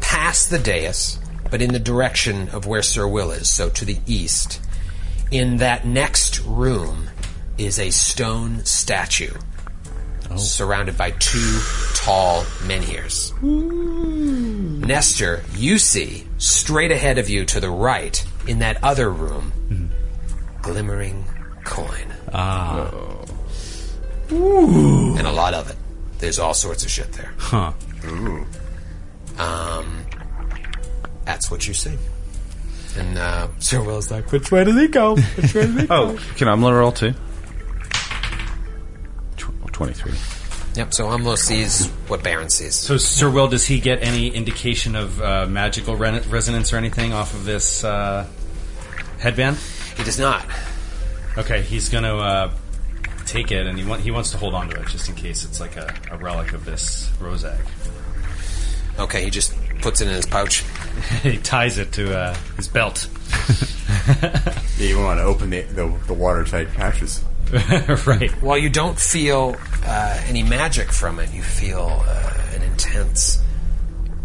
Speaker 2: past the dais, but in the direction of where Sir Will is, so to the east. In that next room is a stone statue surrounded by two tall menhirs. Nestor, you see straight ahead of you to the right in that other room, glimmering coin. and a lot of it. There's all sorts of shit there. Huh. Um, that's what you see.
Speaker 6: [LAUGHS]
Speaker 2: And uh, Sir Will's like, which way did he go? Which way did he go?
Speaker 6: Oh, can I roll too? oh, 23.
Speaker 2: Yep. So Umlo sees what Baron sees.
Speaker 5: So, Sir Will, does he get any indication of uh, magical re- resonance or anything off of this uh, headband?
Speaker 2: He does not.
Speaker 5: Okay, he's going to uh, take it, and he, want, he wants to hold on to it just in case it's like a, a relic of this Rosak.
Speaker 2: Okay, he just puts it in his pouch.
Speaker 5: [LAUGHS] he ties it to uh, his belt. [LAUGHS]
Speaker 4: You even want to open the, the, the watertight pouches.
Speaker 5: right.
Speaker 2: While you don't feel uh, any magic from it, you feel uh, an intense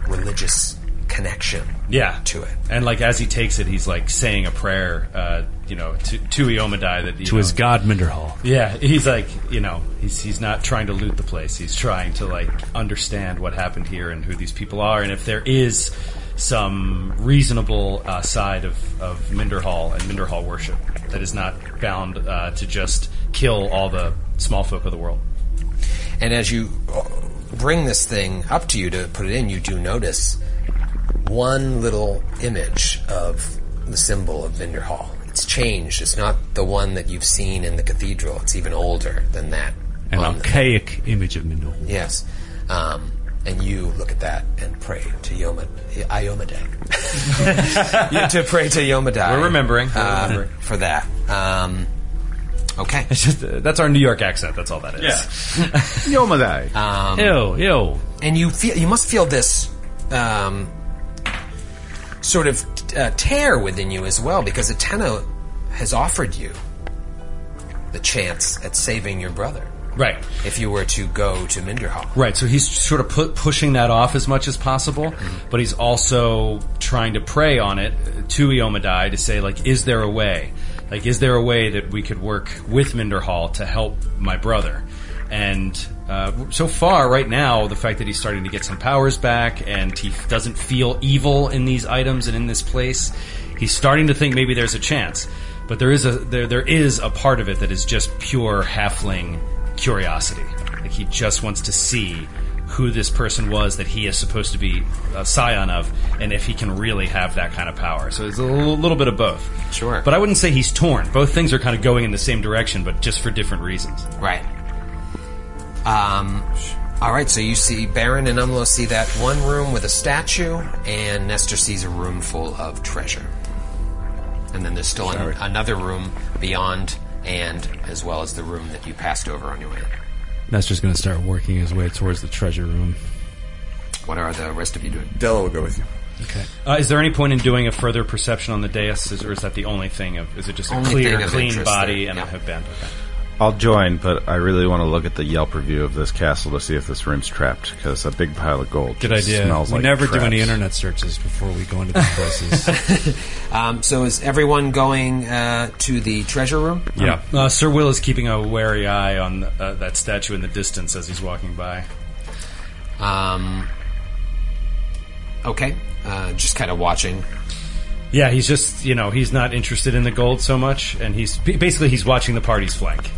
Speaker 2: religious connection.
Speaker 5: Yeah.
Speaker 2: To it.
Speaker 5: And like as he takes it, he's like saying a prayer, uh, you know, to, to Eomadi that you
Speaker 7: to
Speaker 5: know,
Speaker 7: his god Minderhall.
Speaker 5: Yeah, he's like, you know, he's he's not trying to loot the place. He's trying to like understand what happened here and who these people are, and if there is some reasonable uh, side of of Minderhall and Minderhall worship that is not bound uh, to just kill all the small folk of the world.
Speaker 2: And as you uh, bring this thing up to you to put it in, you do notice one little image of the symbol of Vinder Hall. It's changed. It's not the one that you've seen in the cathedral. It's even older than that.
Speaker 7: An
Speaker 2: on the-
Speaker 7: archaic image of Minderhall.
Speaker 2: Yes. Um, and you look at that and pray to Yomad, Iomade. [LAUGHS]
Speaker 5: [LAUGHS]
Speaker 2: you to pray to Yomadai.
Speaker 5: We're remembering. We're
Speaker 2: uh,
Speaker 5: remembering.
Speaker 2: for that. Um, okay.
Speaker 5: It's just uh, that's our New York accent. That's all that is.
Speaker 6: Yomadai.
Speaker 7: Yo, yo.
Speaker 2: and you feel you must feel this um, sort of uh, tear within you as well because Atena has offered you the chance at saving your brother
Speaker 5: Right.
Speaker 2: if you were to go to Minderhall.
Speaker 5: Right, so he's sort of pu- pushing that off as much as possible, but he's also trying to prey on it uh, to Iomadai to say, like, is there a way? Like, is there a way that we could work with Minderhall to help my brother? And uh, so far, right now, the fact that he's starting to get some powers back and he f- doesn't feel evil in these items and in this place, he's starting to think maybe there's a chance. But there is a there there is a part of it that is just pure halfling curiosity. Like he just wants to see who this person was that he is supposed to be a scion of, and if he can really have that kind of power. So it's a little, little bit of both.
Speaker 2: Sure.
Speaker 5: But I wouldn't say he's torn. Both things are kind of going in the same direction, but just for different reasons.
Speaker 2: Right. Um, all right, so you see Baron and Umlo see that one room with a statue, and Nestor sees a room full of treasure. And then there's still an, another room beyond, and as well as the room that you passed over on your way.
Speaker 7: Nestor's going to start working his way towards the treasure room.
Speaker 2: What are the rest of you doing?
Speaker 4: Della will go with you.
Speaker 5: Uh, is there any point in doing a further perception on the dais, is, or is that the only thing? Of, is it just a
Speaker 2: Only
Speaker 5: clear,
Speaker 2: thing of
Speaker 5: clean
Speaker 2: interest
Speaker 5: body
Speaker 2: there,
Speaker 5: and
Speaker 2: yeah.
Speaker 5: a headband? Okay.
Speaker 6: I'll join, but I really want to look at the Yelp review of this castle to see if this room's trapped because a big pile of gold
Speaker 7: Good
Speaker 6: just
Speaker 7: idea.
Speaker 6: smells
Speaker 7: we
Speaker 6: like
Speaker 7: never do any
Speaker 6: traps.
Speaker 7: internet searches before we go into these
Speaker 5: [LAUGHS]
Speaker 7: places.
Speaker 2: Um, so is everyone going uh, to the treasure room?
Speaker 7: yeah.
Speaker 5: Uh, Sir Will is keeping a wary eye on uh, that statue in the distance as he's walking by.
Speaker 2: Um, okay, uh, just kind of watching.
Speaker 5: Yeah, he's just you know he's not interested in the gold so much, and he's b- basically he's watching the party's flank.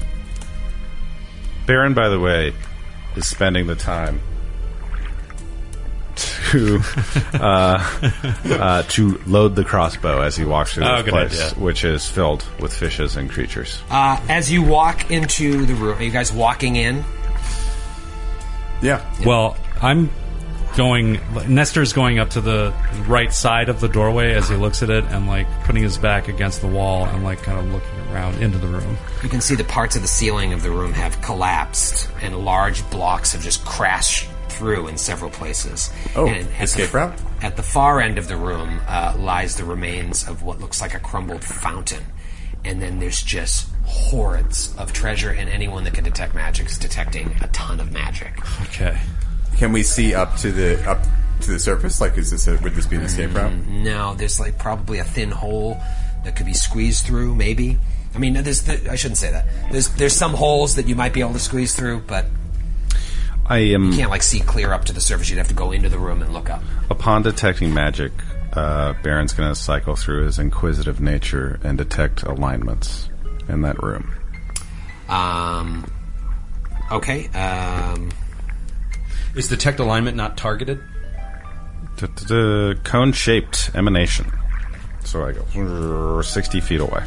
Speaker 6: Baron, by the way, is spending the time
Speaker 7: [LAUGHS]
Speaker 6: to uh, uh, to load the crossbow as he walks through
Speaker 7: Oh,
Speaker 6: this
Speaker 7: good
Speaker 6: place,
Speaker 7: idea.
Speaker 6: which is filled with fishes and creatures.
Speaker 2: Uh, as you walk into the room, are you guys walking in?
Speaker 4: Yeah.
Speaker 7: Well, I'm going. Nestor's going up to the right side of the doorway as he looks at it and, like, putting his back against the wall and, like, kind of looking around into the room.
Speaker 2: You can see the parts of the ceiling of the room have collapsed, and large blocks have just crashed through in several places.
Speaker 4: Oh,
Speaker 2: and at
Speaker 4: escape
Speaker 2: the,
Speaker 4: route?
Speaker 2: At the far end of the room uh, lies the remains of what looks like a crumbled fountain, and then there's just hordes of treasure. And anyone that can detect magic is detecting a ton of magic.
Speaker 7: Okay.
Speaker 4: Can we see up to the up to the surface? Like, is this a, would this be an escape route?
Speaker 2: Now there's like probably a thin hole that could be squeezed through, maybe. I mean, there's the, I shouldn't say that. There's there's some holes that you might be able to squeeze through, but
Speaker 6: I am
Speaker 2: can't like see clear up to the surface. You'd have to go into the room and look up.
Speaker 6: upon detecting magic. Uh, Baron's going to cycle through his inquisitive nature and detect alignments in that room.
Speaker 2: Um, okay. Um,
Speaker 5: Is detect alignment not targeted?
Speaker 6: Da-da-da, Cone-shaped emanation. So I go sixty feet away.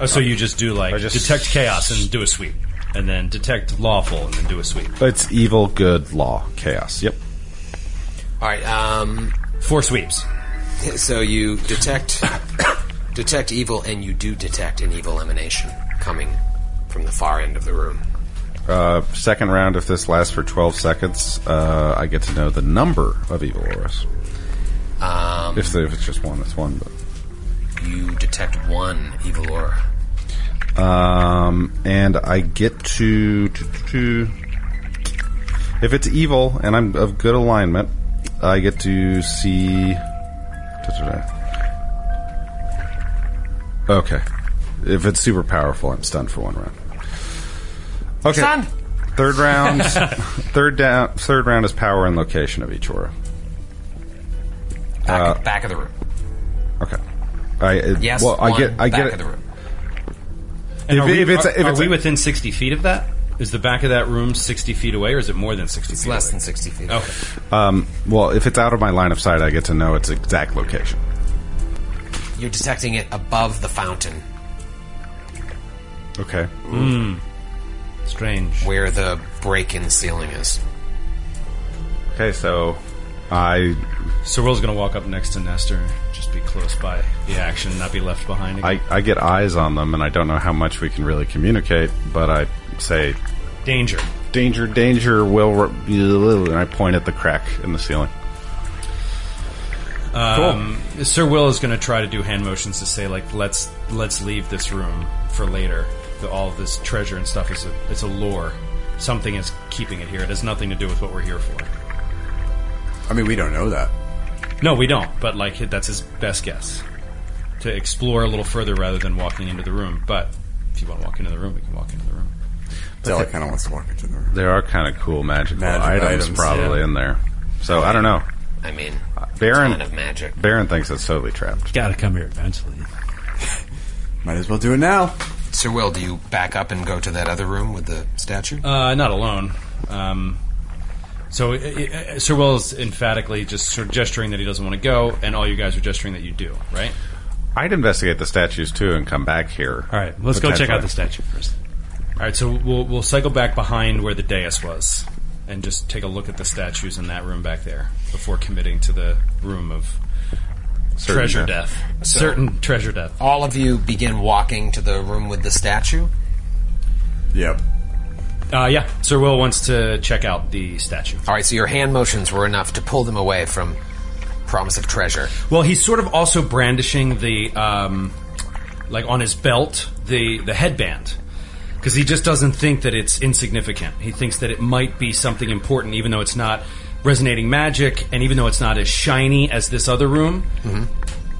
Speaker 5: Oh, so you just do like
Speaker 6: I just-
Speaker 5: detect chaos and do a sweep. and then detect lawful, and then do a sweep.
Speaker 6: It's evil, good, law, chaos. Yep.
Speaker 2: All right. Um,
Speaker 5: Four sweeps.
Speaker 2: so you detect detect evil, and you do detect an evil emanation coming from the far end of the room.
Speaker 6: Uh, second round, if this lasts for 12 seconds, uh, I get to know the number of evil auras.
Speaker 2: Um,
Speaker 6: If, the, if it's just one, it's one. But,
Speaker 2: you detect one evil aura.
Speaker 6: um, and I get to, to, to. If it's evil and I'm of good alignment, I get to see. Okay. If it's super powerful, I'm stunned for one round. Okay.
Speaker 9: Son.
Speaker 6: Third
Speaker 2: [LAUGHS]
Speaker 6: round. third down. Third round is power and location of each aura.
Speaker 2: Back, back of the room.
Speaker 6: Okay. I it-
Speaker 2: Yes.
Speaker 6: Uh, Well, I
Speaker 2: one,
Speaker 6: get. I
Speaker 2: back
Speaker 6: get.
Speaker 2: of
Speaker 6: it.
Speaker 2: the room.
Speaker 5: And
Speaker 6: If
Speaker 5: are
Speaker 6: it-
Speaker 5: we,
Speaker 6: if it's
Speaker 5: are,
Speaker 6: a- if
Speaker 5: are
Speaker 6: it's
Speaker 5: we
Speaker 6: a-
Speaker 5: within sixty feet of that? Is the back of that room sixty feet away, or is it more than sixty
Speaker 2: It's
Speaker 5: feet?
Speaker 2: less
Speaker 5: away?
Speaker 2: than sixty feet.
Speaker 5: Okay.
Speaker 6: Um, well, if it's out of my line of sight, I get to know its exact location.
Speaker 2: You're detecting it above the fountain,
Speaker 6: Okay.
Speaker 5: Strange.
Speaker 2: where the break in ceiling is.
Speaker 6: Okay. So, I
Speaker 5: So Will's gonna walk up next to Nestor, just be close by the action, not be left behind. Again.
Speaker 6: I, I get eyes on them, and I don't know how much we can really communicate, but I say,
Speaker 5: Danger.
Speaker 6: "Danger, danger!" Will, re- and I point at the crack in the ceiling.
Speaker 5: Um, Sir Will is gonna try to do hand motions to say like, let's let's leave this room for later. The, all of this treasure and stuff is a it's a lure. Something is keeping it here. It has nothing to do with what we're here for.
Speaker 4: I mean, we don't know that.
Speaker 5: No, we don't. But like, that's his best guess to explore a little further rather than walking into the room. But if you want to walk into the room, we can walk into the room.
Speaker 4: Della kind of wants to walk into the room.
Speaker 6: There are kind of cool magical
Speaker 4: Magic
Speaker 6: items,
Speaker 4: items,
Speaker 6: probably
Speaker 4: yeah.
Speaker 6: in there. So I don't know.
Speaker 2: I mean,
Speaker 6: Uh, Baron-
Speaker 2: ton of magic.
Speaker 6: Baron thinks it's totally trapped.
Speaker 7: Gotta come here eventually.
Speaker 4: Might as well do it now.
Speaker 2: Sir Will, do you back up and go to that other room with the statue?
Speaker 5: Uh, not alone. Um, so uh, uh, Sir Will is emphatically just sort of gesturing that he doesn't want to go, and all you guys are gesturing that you do, right?
Speaker 6: I'd investigate the statues too and come back here.
Speaker 7: All right, let's go check out the
Speaker 6: Potentially.
Speaker 7: statue first.
Speaker 5: All right, so we'll we'll cycle back behind where the dais was, and just take a look at the statues in that room back there before committing to the room of
Speaker 6: Certain
Speaker 5: treasure death, certain treasure death.
Speaker 2: All of you begin walking to the room with the statue.
Speaker 4: Yep.
Speaker 5: Uh, yeah, Sir Will wants to check out the statue.
Speaker 2: All right, so your hand motions were enough to pull them away from promise of treasure.
Speaker 5: Well, he's sort of also brandishing the, um, like on his belt, the the headband, because he just doesn't think that it's insignificant. He thinks that it might be something important, even though it's not resonating magic, and even though it's not as shiny as this other room.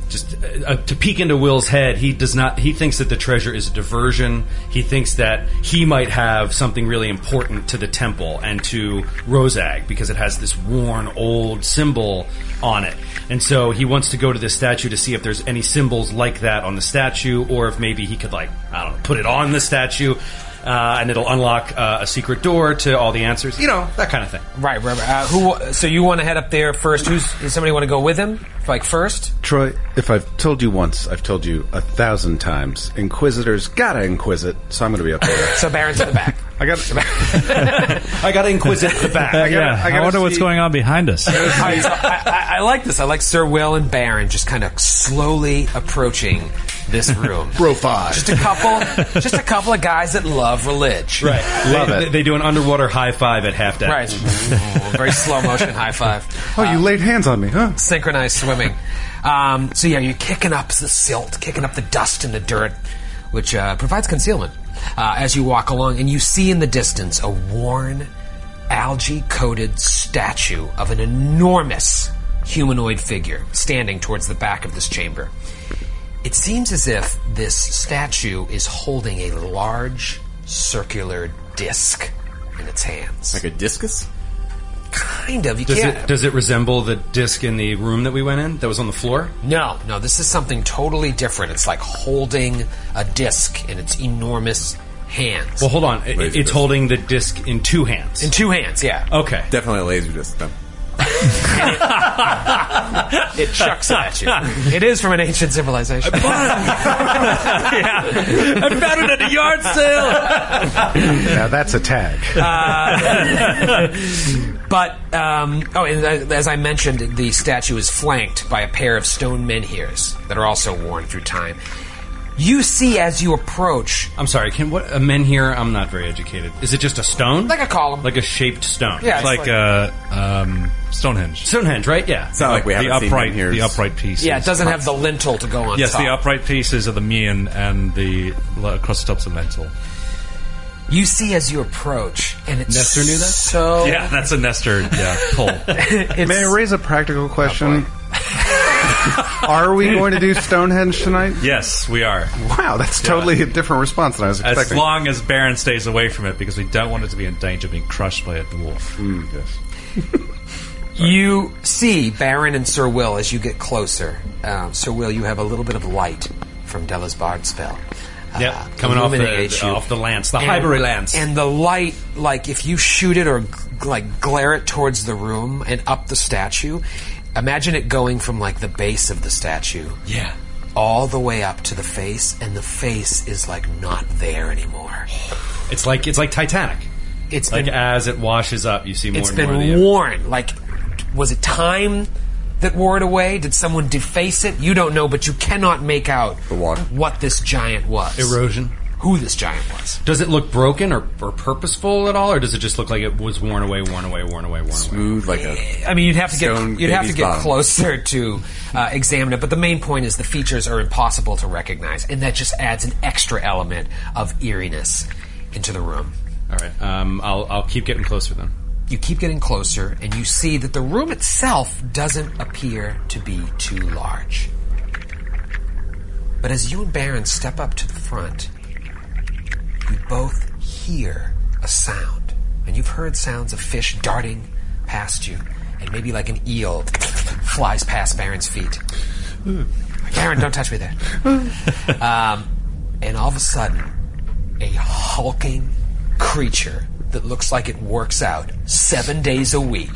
Speaker 5: Just uh, uh, to peek into Will's head, he does not. He thinks that the treasure is a diversion. He thinks that he might have something really important to the temple and to Rosag because it has this worn old symbol on it, and so he wants to go to this statue to see if there's any symbols like that on the statue, or if maybe he could like I don't know, put it on the statue, uh, and it'll unlock uh, a secret door to all the answers. You know that kind of thing.
Speaker 2: Right, right. right. Uh, who? So you want to head up there first? Who's? Does somebody want to go with him? Like first?
Speaker 6: Troy, if I've told you once, I've told you a thousand times. Inquisitors gotta inquisit, so I'm gonna be up there.
Speaker 2: So Baron's in the back.
Speaker 6: [LAUGHS] I got. [LAUGHS]
Speaker 5: I got to inquisit the back.
Speaker 6: I gotta,
Speaker 7: yeah, I,
Speaker 6: gotta
Speaker 7: wonder what's
Speaker 6: see-
Speaker 7: going on behind us.
Speaker 2: All right, so [LAUGHS] I, I, I like this. I like Sir Will and Baron just kind of slowly approaching this room.
Speaker 4: Bro five.
Speaker 2: Just a couple, just a couple of guys that love religion.
Speaker 5: [LAUGHS] Right.
Speaker 6: Love
Speaker 5: they,
Speaker 6: it.
Speaker 5: They, they do an underwater high five at half deck.
Speaker 2: Right. Very slow motion high five.
Speaker 6: Oh, you laid hands on me, huh?
Speaker 2: synchronized swimming. Um, so yeah, you're kicking up the silt, kicking up the dust and the dirt, which uh, provides concealment uh, as you walk along, and you see in the distance a worn, algae-coated statue of an enormous humanoid figure standing towards the back of this chamber. It seems as if this statue is holding a large circular disc in its hands.
Speaker 4: Like a discus?
Speaker 2: kind of. You
Speaker 5: Does
Speaker 2: can't.
Speaker 5: it does it resemble the disc in the room that we went in that was on the floor?
Speaker 2: No, no, this is something totally different. It's like holding a disc in its enormous hands.
Speaker 5: Well, hold on. I- it's
Speaker 4: disc.
Speaker 5: holding the disc in two hands.
Speaker 2: in two hands, yeah.
Speaker 5: okay.
Speaker 4: Definitely a laser disc, then.
Speaker 12: it chucks it at you. It is from an ancient civilization.
Speaker 2: [LAUGHS]
Speaker 13: I found it at a yard sale.
Speaker 6: Now that's a tag.
Speaker 2: [LAUGHS] But um, oh, and uh, as I mentioned, the statue is flanked by a pair of stone menhirs that are also worn through time. You see as you approach,
Speaker 5: I'm sorry. Can what a men here? I'm not very educated. Is it just a stone?
Speaker 2: like a column,
Speaker 5: like a shaped stone?
Speaker 2: Yeah,
Speaker 5: It's like
Speaker 2: it's
Speaker 7: Like uh, um, Stonehenge.
Speaker 5: Stonehenge, right? Yeah.
Speaker 4: It's not like we
Speaker 7: the
Speaker 4: haven't seen
Speaker 7: upright,
Speaker 4: him here.
Speaker 7: the upright pieces.
Speaker 2: yeah, it doesn't have the lintel to go on.
Speaker 7: Yes, the
Speaker 2: top.
Speaker 7: upright pieces are the mean and the l- across the tops of lentil.
Speaker 2: You see as you approach, and it's
Speaker 5: Nestor knew that?
Speaker 2: So
Speaker 7: Yeah, [LAUGHS] that's a Nestor yeah, pull.
Speaker 4: [LAUGHS]
Speaker 2: it's,
Speaker 6: May I raise a practical question? [LAUGHS] Are we going to do Stonehenge tonight?
Speaker 7: yes, we are.
Speaker 6: Wow, that's totally a different response than I was
Speaker 7: As
Speaker 6: expecting.
Speaker 7: long as Baron stays away from it, because we don't want it to be in danger of being crushed by a dwarf.
Speaker 4: Mm.
Speaker 2: You see Baron and Sir Will as you get closer. Um, Sir Will, you have a little bit of light from Della's Bard spell. Uh,
Speaker 5: Yep, coming off the-
Speaker 2: illuminates
Speaker 5: the- off the lance, the Highbury lance.
Speaker 2: And the light, like if you shoot it or g- like glare it towards the room and up the statue, imagine it going from like the base of the statue.
Speaker 5: Yeah.
Speaker 2: All the way up to the face, and the face is like not there anymore.
Speaker 5: Oh. It's like it's like Titanic.
Speaker 2: It's
Speaker 5: Like
Speaker 2: been
Speaker 5: as it washes up, you see more
Speaker 2: It's
Speaker 5: and more. of
Speaker 2: been
Speaker 5: the- er-,
Speaker 2: worn. Like, was it time that wore it away? Did someone deface it? You don't know, but you cannot make out
Speaker 4: water.
Speaker 2: what this giant was.
Speaker 5: Erosion.
Speaker 2: Who this giant was.
Speaker 5: Does it look broken or, or purposeful at all, or does it just look like it was worn away, worn away, worn away, worn away?
Speaker 4: Smooth like a.
Speaker 2: I mean, you'd have to get
Speaker 4: Stone
Speaker 2: you'd have to
Speaker 4: baby's
Speaker 2: get
Speaker 4: bottom.
Speaker 2: closer to uh, examine it, but the main point is the features are impossible to recognize, and that just adds an extra element of eeriness into the room.
Speaker 5: All right, um, I'll I'll keep getting closer then.
Speaker 2: You keep getting closer, and you see that the room itself doesn't appear to be too large. But as you and Baron step up to the front, you both hear a sound. And you've heard sounds of fish darting past you, and maybe like an eel flies past Baron's feet. Baron, don't touch me there. [LAUGHS] um, and all of a sudden, a hulking creature that looks like it works out seven days a week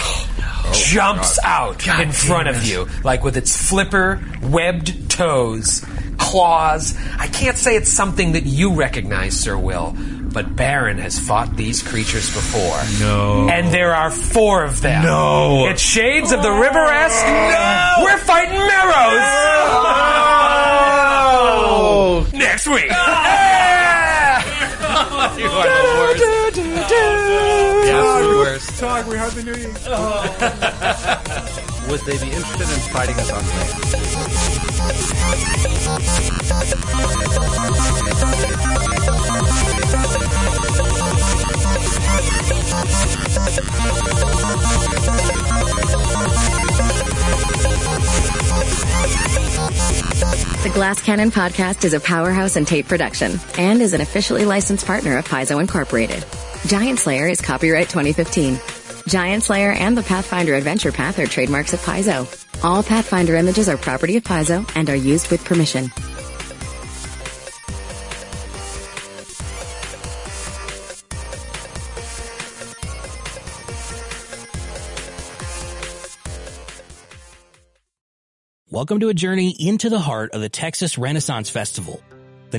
Speaker 2: jumps out in front of you, like with its flipper, webbed toes, claws. I can't say it's something that you recognize, Sir Will. But Baron has fought these creatures before. No. And there are four of them. No. It's Shades of the River esque. No. We're fighting Marrows. Next week.
Speaker 4: Dog, we hardly knew you.
Speaker 6: Would they be interested in fighting us on land?
Speaker 14: The Glass Cannon podcast is a powerhouse and tape production and is an officially licensed partner of Paizo Incorporated. Giant Slayer is copyright 2015. Giant Slayer and the Pathfinder Adventure Path are trademarks of Paizo. All Pathfinder images are property of Paizo and are used with permission.
Speaker 8: Welcome to a journey into the heart of the Texas Renaissance Festival, the